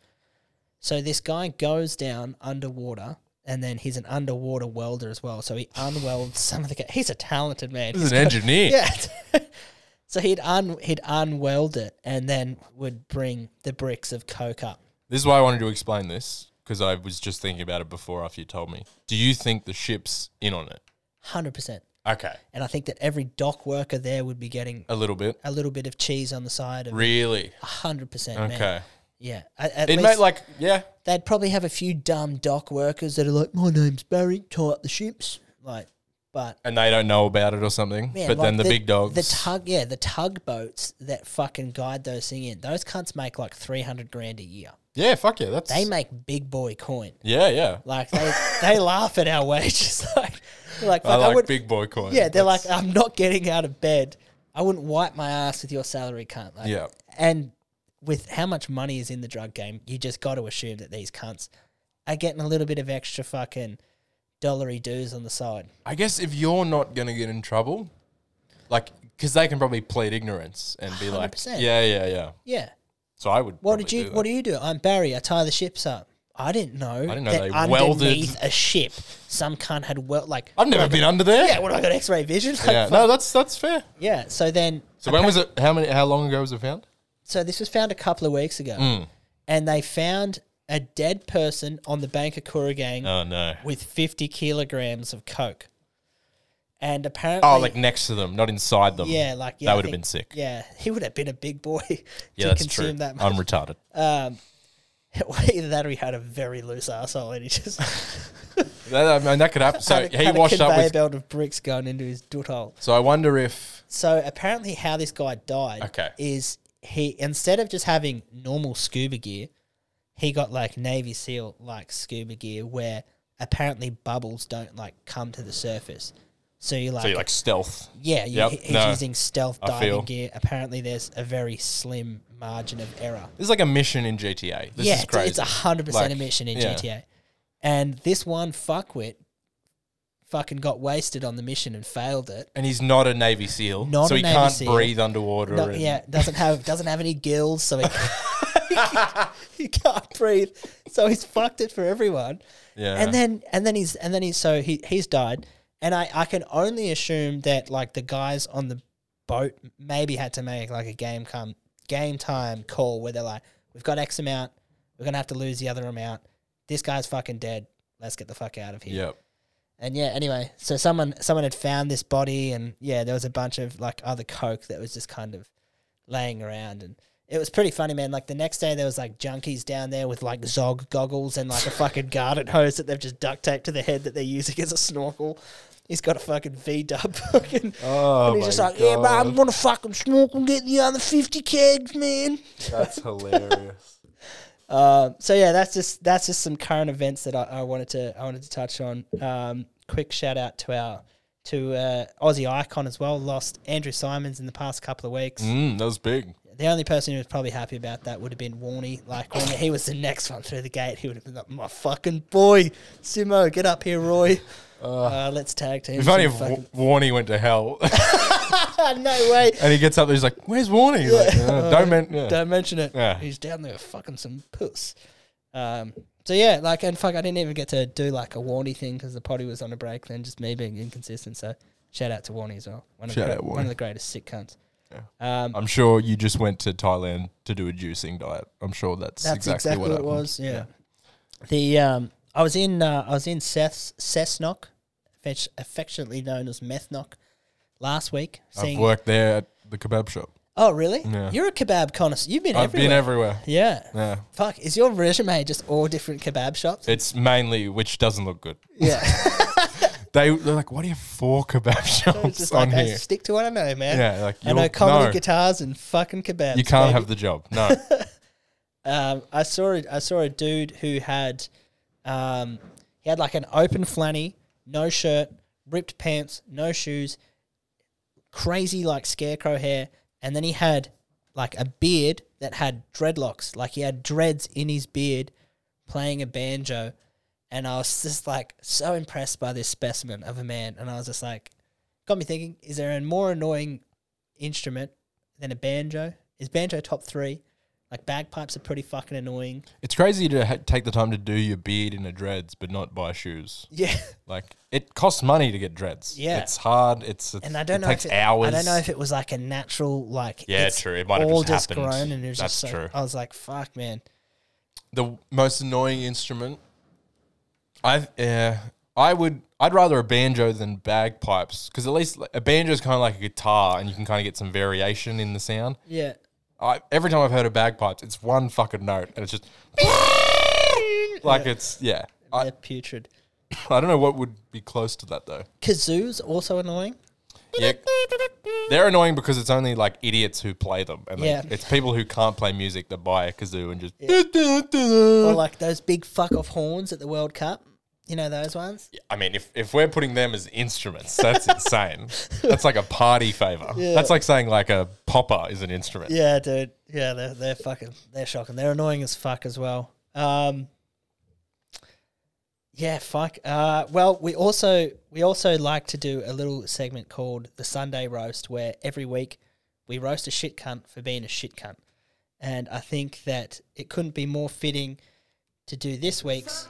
S2: So this guy goes down underwater, and then he's an underwater welder as well. So he unwelds some of the. Ca- he's a talented man.
S4: This is an engineer.
S2: Yeah. so he'd un he'd unweld it and then would bring the bricks of coke up.
S4: This is why I wanted to explain this because I was just thinking about it before after you told me. Do you think the ship's in on it?
S2: Hundred percent.
S4: Okay,
S2: And I think that every dock worker there would be getting
S4: a little bit.
S2: a little bit of cheese on the side of
S4: Really?
S2: hundred percent.
S4: Okay.
S2: Man. Yeah. At, at
S4: It
S2: least
S4: made like yeah.
S2: they'd probably have a few dumb dock workers that are like, My name's Barry, tie up the ships. Like but
S4: And they don't know about it or something.
S2: man,
S4: but then
S2: like
S4: the, big dogs.
S2: the tug, yeah, the tugboats that fucking guide those things in. Those cunts make like three hundred grand a year.
S4: yeah, fuck yeah. That's
S2: They make big boy coin.
S4: yeah, yeah.
S2: Like they, they laugh at our wages. Like, they're like,
S4: I
S2: "Fuck, I
S4: like
S2: would,
S4: big boy coin.
S2: yeah, they're
S4: That's-
S2: like, I'm not getting out of bed. I wouldn't wipe my ass with your salary, cunt. Like,
S4: Yeah.
S2: And with how much money is in the drug game, you just got to assume that these cunts are getting a little bit of extra fucking dollary dues on the side.
S4: I guess if you're not gonna get in trouble, like, because they can probably plead ignorance and be like,
S2: 100%.
S4: yeah, yeah, yeah.
S2: Yeah.
S4: So I would.
S2: What did
S4: probably
S2: you
S4: do
S2: What
S4: that.
S2: do you do? I'm Barry. I tie the ships up. I didn't know. I
S4: didn't know
S2: that
S4: they
S2: underneath
S4: welded-
S2: a ship, some cunt had well like.
S4: I've never been under there.
S2: Yeah, what I got X-ray vision. Like,
S4: Oh, Yeah.
S2: fuck-
S4: No, that's that's fair.
S2: yeah. So then
S4: So when was it? How many? How long ago was it found?
S2: so this was found a couple of weeks ago,
S4: Hmm.
S2: and they found a dead person on the bank of Kooragang
S4: Oh no.
S2: with 50 kilograms of coke. And apparently,
S4: Oh, like next to them, not inside them.
S2: yeah, like yeah,
S4: that
S2: I
S4: would have
S2: think-
S4: been sick. Yeah,
S2: Yeah, he would have been a big boy to
S4: that's
S2: consume
S4: true. Oh.
S2: that much.
S4: I'm retarded.
S2: Either that or he had a very loose asshole, and he just
S4: That, I mean, that could happen. So
S2: had a,
S4: he
S2: had a
S4: washed
S2: conveyor
S4: up with.
S2: belt of bricks going into his doot hole.
S4: So I wonder if
S2: So apparently, how this guy died
S4: Okay.
S2: is he instead of just having normal scuba gear, he got like Navy SEAL like scuba gear where apparently bubbles don't like come to the surface. So you're like,
S4: so. You like stealth.
S2: yeah, you,
S4: Yep,
S2: he's
S4: no,
S2: using stealth
S4: I
S2: diving
S4: feel.
S2: gear. Apparently, there's a very slim margin of error.
S4: This is like a mission in GTA. This
S2: yeah,
S4: is
S2: it's-
S4: crazy.
S2: it's a hundred percent
S4: Like,
S2: emission in
S4: yeah.
S2: GTA, and this one fuckwit fucking got wasted on the mission and failed it.
S4: and he's not a Navy SEAL,
S2: Not
S4: so
S2: a
S4: he
S2: Navy
S4: can't
S2: SEAL.
S4: breathe underwater.
S2: No,
S4: and-
S2: yeah, doesn't have doesn't have any gills, so he, he can't breathe. So he's fucked it for everyone.
S4: yeah.
S2: And then and then he's and then he's so he he's died. And I I can only assume that like the guys on the boat maybe had to make like a game come game time call where they're like, we've got X amount, we're going to have to lose the other amount. This guy's fucking dead. Let's get the fuck out of here.
S4: Yep.
S2: And yeah, anyway, so someone someone had found this body, and yeah, there was a bunch of like other coke that was just kind of laying around, and it was pretty funny, man. Like the next day, there was like junkies down there with like Zog goggles and like a fucking garden hose that they've just duct taped to the head that they're using as a snorkel. He's got a fucking V dub fucking.
S4: Oh,
S2: and he's just like, yeah, man, I'm gonna fucking snorkel, and get the other fifty kegs, man.
S4: That's hilarious.
S2: Um, so yeah, that's just that's just some current events that I, I wanted to I wanted to touch on. Um, quick shout out to our to uh, Aussie icon as well. Lost Andrew Simons in the past couple of weeks.
S4: mm, that was big.
S2: The only person who was probably happy about that would have been Warney. Like when he was the next one through the gate, he would have been like, "My fucking boy, Simo, get up here, Roy. Uh, let's tag team."
S4: If only
S2: some
S4: if
S2: fucking-
S4: Wa- Warney went to hell
S2: no way.
S4: and he gets up there, he's like, "Where's Warney?" He's Like, "Uh, don't men- yeah.
S2: Don't mention it.
S4: Yeah.
S2: He's down there fucking some puss. Um, so yeah, like and fuck, I didn't even get to do like a Warney thing because the potty was on a break. Then just me being inconsistent. So shout out to Warney as well. One of
S4: Shout
S2: the,
S4: out
S2: one
S4: Warney.
S2: of the greatest sick cunts. Um,
S4: I'm sure you just went to Thailand to do a juicing diet. I'm sure that's,
S2: that's exactly, what, it
S4: happened.
S2: was. Yeah. The um, I was in uh, I was in Seth's Cessnock, affec- affectionately known as Methnock, last week.
S4: I've
S2: Seeing
S4: worked there at the kebab shop.
S2: oh really?
S4: Yeah.
S2: You're a kebab connoisseur. You've been
S4: I've
S2: everywhere.
S4: been everywhere.
S2: yeah.
S4: Yeah.
S2: Fuck, is your resume just all different kebab shops?
S4: It's mainly which doesn't look good.
S2: Yeah,
S4: They they're like, "Why do you have four kebab
S2: it's
S4: shops
S2: just
S4: on
S2: like I
S4: here?"
S2: stick to what I know, man.
S4: Yeah, like
S2: I know
S4: you're-
S2: comedy
S4: no.
S2: guitars and fucking kebabs.
S4: You can't
S2: baby.
S4: have the job. No.
S2: Um, I saw a, I saw a dude who had, um, he had like an open flanny, no shirt, ripped pants, no shoes, crazy like scarecrow hair, and then he had like a beard that had dreadlocks, like he had dreads in his beard, playing a banjo, and I was just like so impressed by this specimen of a man, and I was just like, got me thinking: is there a more annoying instrument than a banjo? Is banjo top three? Like bagpipes are pretty fucking annoying.
S4: it's crazy to ha- take the time to do your beard in a dreads, but not buy shoes.
S2: Yeah,
S4: Like it costs money to get dreads.
S2: Yeah.
S4: it's hard. It's, it's
S2: and I don't
S4: it
S2: know
S4: takes
S2: if it,
S4: hours.
S2: I don't know if it was like a natural like.
S4: Yeah,
S2: it's
S4: true. It might have
S2: all
S4: just happened.
S2: grown, and it was just
S4: That's
S2: so-
S4: true.
S2: I was like, "Fuck, man."
S4: the most annoying instrument. I yeah, I would. I'd rather a banjo than bagpipes because at least like, a banjo is kind of like a guitar, and you can kind of get some variation in the sound.
S2: Yeah,
S4: I, every time I've heard a bagpipes, it's one fucking note, and it's just like it's yeah. I,
S2: they're putrid.
S4: I don't know what would be close to that though.
S2: Kazoo's also annoying.
S4: Yeah. They're annoying because it's only like idiots who play them, and like,
S2: Yeah.
S4: it's people who can't play music that buy a kazoo and just.
S2: Or like those big fuck off horns at the World Cup. You know those ones?
S4: I mean, if, if we're putting them as instruments, that's insane. That's like a party favor. That's like saying like a popper is an instrument.
S2: Yeah, dude. Yeah, they're they're fucking they're shocking. They're annoying as fuck as well. Um Yeah, fuck. Uh well we also we also like to do a little segment called the Sunday roast where every week we roast a shit cunt for being a shit cunt. And I think that it couldn't be more fitting to do this week's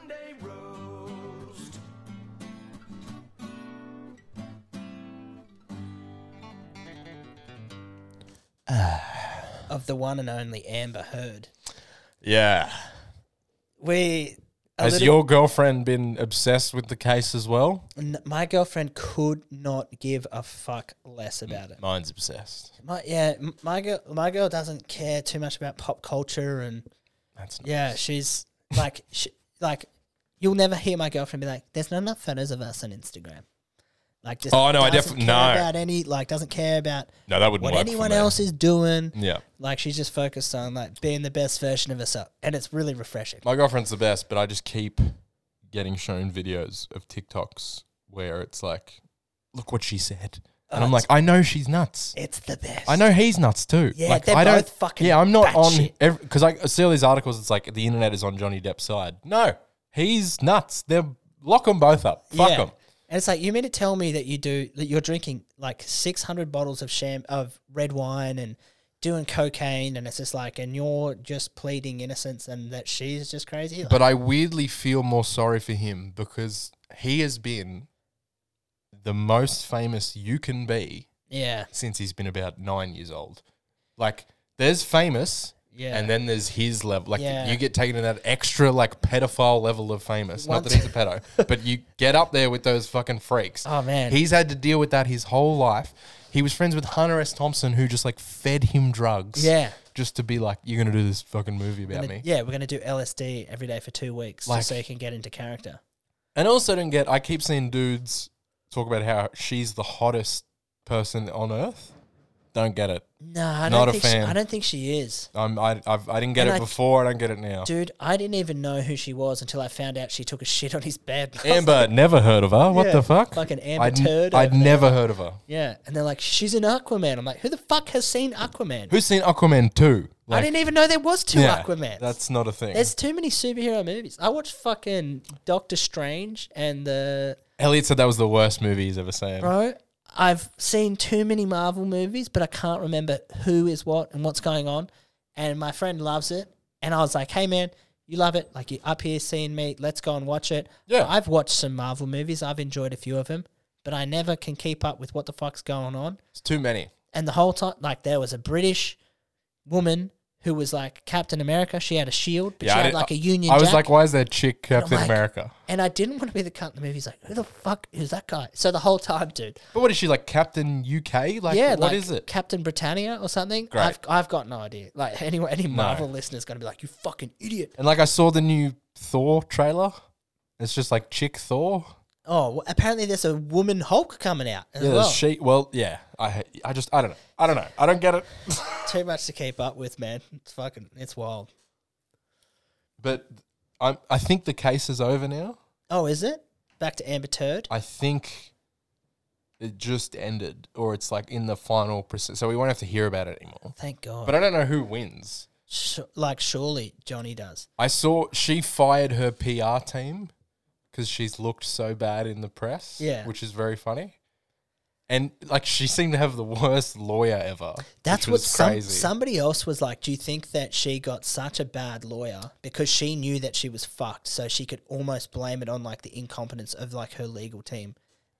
S2: of the one and only Amber Heard.
S4: Yeah.
S2: We a
S4: Has
S2: little-
S4: your girlfriend been obsessed with the case as well?
S2: N- my girlfriend could not give a fuck less about it.
S4: Mine's obsessed.
S2: My yeah, m- my girl, my girl doesn't care too much about pop culture, and
S4: That's not.
S2: yeah, she's like, she, like, you'll never hear my girlfriend be like, "There's not enough photos of us on Instagram." Like, just
S4: Oh, no, I
S2: doesn't
S4: defi-
S2: care
S4: no.
S2: about any like doesn't care about
S4: No, that wouldn't
S2: what
S4: work for
S2: anyone
S4: me.
S2: else is doing.
S4: Yeah.
S2: Like, she's just focused on like being the best version of herself, and it's really refreshing.
S4: My girlfriend's the best, but I just keep getting shown videos of TikToks where it's like, look what she said. And I'm like, I know she's nuts.
S2: It's the best.
S4: I know he's nuts too.
S2: Yeah, they're both fucking
S4: Yeah, I'm not on
S2: batshit.
S4: because I see all these articles. It's like the internet is on Johnny Depp's side. No, he's nuts. They're lock them both up. Fuck them.
S2: And it's like you mean to tell me that you do that you're drinking like 600 bottles of sham of red wine and doing cocaine and it's just like and you're just pleading innocence and that she's just crazy. Like,
S4: But I weirdly feel more sorry for him because he has been the most famous you can be
S2: yeah,
S4: since he's been about nine years old. Like There's famous.
S2: Yeah.
S4: And then there's his level. Like
S2: Yeah.
S4: you get taken to that extra like pedophile level of famous. Not that he's a pedo, but you get up there with those fucking freaks.
S2: Oh, man.
S4: He's had to deal with that his whole life. He was friends with Hunter S. Thompson who just like fed him drugs.
S2: Yeah.
S4: Just to be like, You're gonna do this fucking movie about me.
S2: Yeah, we're going to do LSD every day for two weeks
S4: Like-
S2: just so you can get into character.
S4: And I also don't get I keep seeing dudes talk about how she's the hottest person on earth. Don't get it.
S2: No, I
S4: Not
S2: don't
S4: a
S2: think
S4: fan.
S2: She, I don't think she is.
S4: I'm, I, I've, I didn't get
S2: And
S4: it
S2: I-
S4: before. I don't get it now.
S2: Dude, I didn't even know who she was until I found out she took a shit on his bed. I was
S4: Amber,
S2: like,
S4: never heard of her. What
S2: Yeah,
S4: the fuck?
S2: fucking Amber
S4: I'd, n-
S2: Turd uh,
S4: I'd
S2: over there.
S4: never heard of her.
S2: yeah, and they're like, she's in Aquaman. I'm like, who the fuck has seen Aquaman?
S4: Who's seen Aquaman 2?
S2: I didn't even know there was two Aquaman.
S4: That's not a thing.
S2: There's too many superhero movies. I watched fucking Doctor Strange and the
S4: Elliot said that was the worst movie he's ever seen.
S2: bro. I've seen too many Marvel movies, but I can't remember who is what and what's going on. And my friend loves it, and I was like, "Hey man, you love it? Like you're up here seeing me? Let's go and watch it."
S4: Yeah.
S2: I've watched some Marvel movies. I've enjoyed a few of them, but I never can keep up with what the fuck's going on.
S4: It's too many.
S2: And the whole time, like there was a British woman who was like Captain America. She had a shield, but she
S4: I
S2: had
S4: didn't-
S2: like a Union.
S4: I was
S2: Jack.
S4: like, why is there chick Captain
S2: like-
S4: America?
S2: And I didn't want to be the cunt in the movies. Like, who the fuck is that guy? So the whole time, dude.
S4: But what is she like, Captain UK? Like,
S2: yeah,
S4: what
S2: like
S4: is it?
S2: Captain Britannia or something.
S4: Great.
S2: I've, I've got no idea. Like, anyone, any Marvel listener's going to be like, you fucking idiot.
S4: And like, I saw the new Thor trailer. It's just like chick Thor.
S2: Oh, well, apparently there's a woman Hulk coming out as
S4: Yeah,
S2: well.
S4: she. Well, yeah. I, I just, I don't know. I don't know. I don't get it.
S2: Too much to keep up with, man. It's fucking, it's wild.
S4: but I'm, I think the case is over now.
S2: Oh, is it? Back to Amber Turd.
S4: I think it just ended, or it's like in the final process, so we won't have to hear about it anymore.
S2: Thank God.
S4: But I don't know who wins.
S2: Sh- like, surely Johnny does.
S4: I saw she fired her PR team because she's looked so bad in the press,
S2: Yeah.
S4: which is very funny. And like she seemed to have the worst lawyer ever.
S2: That's what
S4: which was
S2: some,
S4: crazy.
S2: somebody else was like. Do you think that she got such a bad lawyer because she knew that she was fucked, so she could almost blame it on like the incompetence of like her legal team,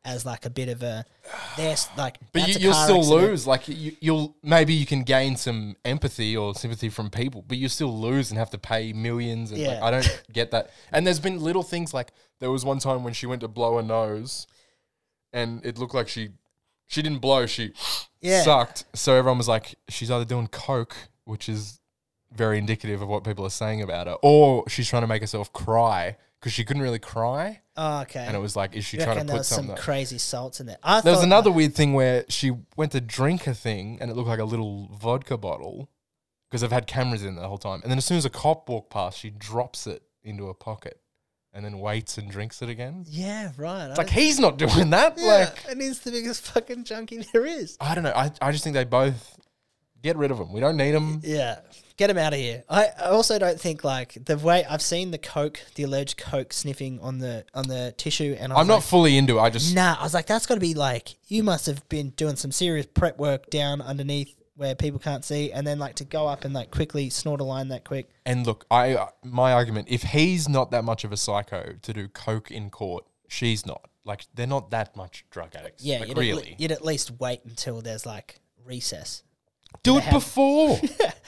S2: as like a bit of a, there's like.
S4: But
S2: that's
S4: you,
S2: a
S4: you'll
S2: car
S4: still
S2: accident.
S4: lose. Like you, you'll maybe you can gain some empathy or sympathy from people, but you still lose and have to pay millions. And like,
S2: Yeah.
S4: I don't get that. And there's been little things like there was one time when she went to blow her nose, and it looked like she she didn't blow. She
S2: Yeah.
S4: sucked. So everyone was like, she's either doing coke, which is very indicative of what people are saying about her, or she's trying to make herself cry because she couldn't really cry.
S2: Oh, okay.
S4: And it was like, is she
S2: you
S4: trying
S2: reckon
S4: to
S2: there
S4: put
S2: was some
S4: something?
S2: crazy salts in there? I
S4: There was
S2: thought,
S4: another
S2: like-
S4: weird thing where she went to drink a thing and it looked like a little vodka bottle because I've had cameras in the whole time. And then as soon as a cop walked past, she drops it into her pocket and then waits and drinks it again.
S2: Yeah, right.
S4: It's like, he's not doing that. Like,
S2: and he's the biggest fucking junkie there is.
S4: I don't know. I, I just think they both get rid of them. We don't need them.
S2: Yeah. Get him out of here. I I also don't think like the way I've seen the coke, the alleged coke sniffing on the on the tissue, and I was
S4: I'm not
S2: like,
S4: fully into it. I just,
S2: Nah, I was like, that's got to be like you must have been doing some serious prep work down underneath where people can't see, and then like to go up and like quickly snort a line that quick.
S4: and look, I uh, my argument if he's not that much of a psycho to do coke in court, she's not. Like, they're not that much drug addicts.
S2: Yeah,
S4: like,
S2: you'd, at le-
S4: really.
S2: you'd at least wait until there's like recess.
S4: Do
S2: they
S4: it
S2: have-
S4: before.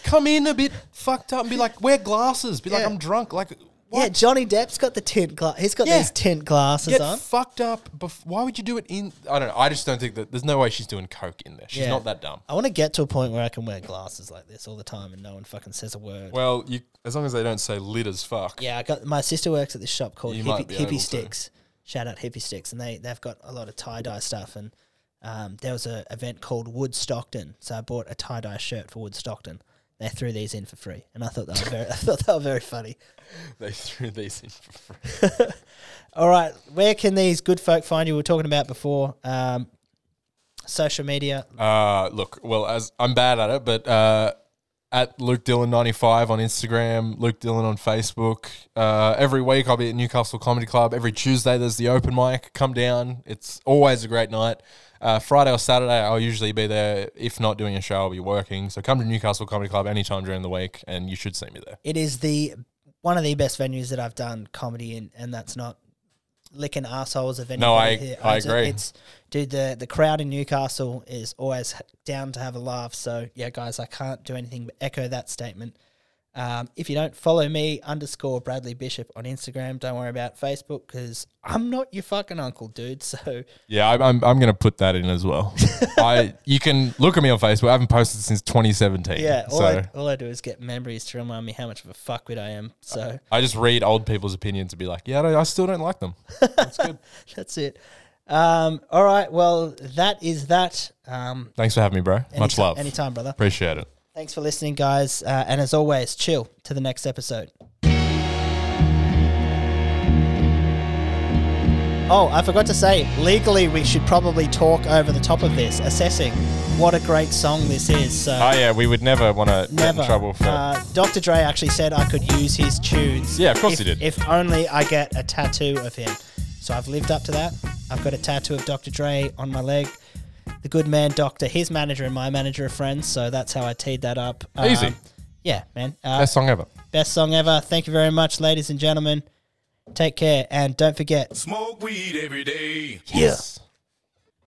S4: Come in a bit fucked up and be like, wear glasses. Be like,
S2: Yeah.
S4: I'm drunk. Like,
S2: Yeah,
S4: what?
S2: Johnny Depp's got the tint glass. He's got
S4: Yeah.
S2: these tint glasses
S4: Get
S2: on.
S4: fucked up. Bef- Why would you do it in? I don't know. I just don't think that there's no way she's doing coke in there. She's
S2: Yeah.
S4: not that dumb.
S2: I want to get to a point where I can wear glasses like this all the time and no one fucking says a word.
S4: Well, you as long as they don't say lit as fuck.
S2: Yeah, I got my sister works at this shop called
S4: You might
S2: Hippie,
S4: be able to.
S2: Hippie Sticks. Shout out Hippie Sticks, and they they've got a lot of tie dye stuff. And um, there was a event called Wood Stockton, so I bought a tie dye shirt for Wood Stockton. They threw these in for free, and I thought that was very, I thought that was very funny.
S4: They threw these in for free.
S2: All right, where can these good folk find you? We were talking about before um, social media.
S4: Uh, look, well, as I'm bad at it, but uh, at Luke Dillon 95 on Instagram, Luke Dillon on Facebook. Uh, every week I'll be at Newcastle Comedy Club. Every Tuesday there's the open mic. Come down. It's always a great night. Uh, Friday or Saturday I'll usually be there. If not doing a show, I'll be working. So come to Newcastle Comedy Club anytime during the week, and you should see me there.
S2: It is the one of the best venues that I've done comedy in, and that's not licking assholes of anybody.
S4: No, I-
S2: who
S4: I
S2: owns it.
S4: agree.
S2: It's dude, the the crowd in Newcastle is always h- down to have a laugh. So yeah, guys, I can't do anything but echo that statement. Um, if you don't follow me underscore Bradley Bishop on Instagram, don't worry about Facebook because I'm not your fucking uncle, dude. So
S4: Yeah, I'm, I'm, I'm going to put that in as well. I You can look at me on Facebook. I haven't posted since 2017.
S2: yeah, all,
S4: so
S2: I,
S4: I,
S2: all I do is get memories to remind me how much of a fuckwit I am. So
S4: just read old people's opinions and be like, yeah, I, don't- I still don't like them.
S2: that's it. Um, all right, well that is that. Um,
S4: Thanks for having me, bro. Much
S2: anytime-
S4: love.
S2: anytime, brother.
S4: Appreciate it.
S2: Thanks for listening, guys. Uh, and as always, chill to the next episode. Oh, I forgot to say, legally, we should probably talk over the top of this, assessing what a great song this is. So,
S4: Oh, yeah, we would never want to get
S2: never.
S4: in trouble for.
S2: uh, Dr. Dre actually said I could use his tunes.
S4: Yeah, of course
S2: if,
S4: he did.
S2: If only I get a tattoo of him. So I've lived up to that. I've got a tattoo of Dr. Dre on my leg. The good man, Doctor, his manager and my manager are friends. So that's how I teed that up. Um,
S4: Easy.
S2: yeah, man. Uh,
S4: Best song ever.
S2: best song ever. Thank you very much, ladies and gentlemen. Take care. And don't forget,
S3: Smoke weed every day.
S4: Yes.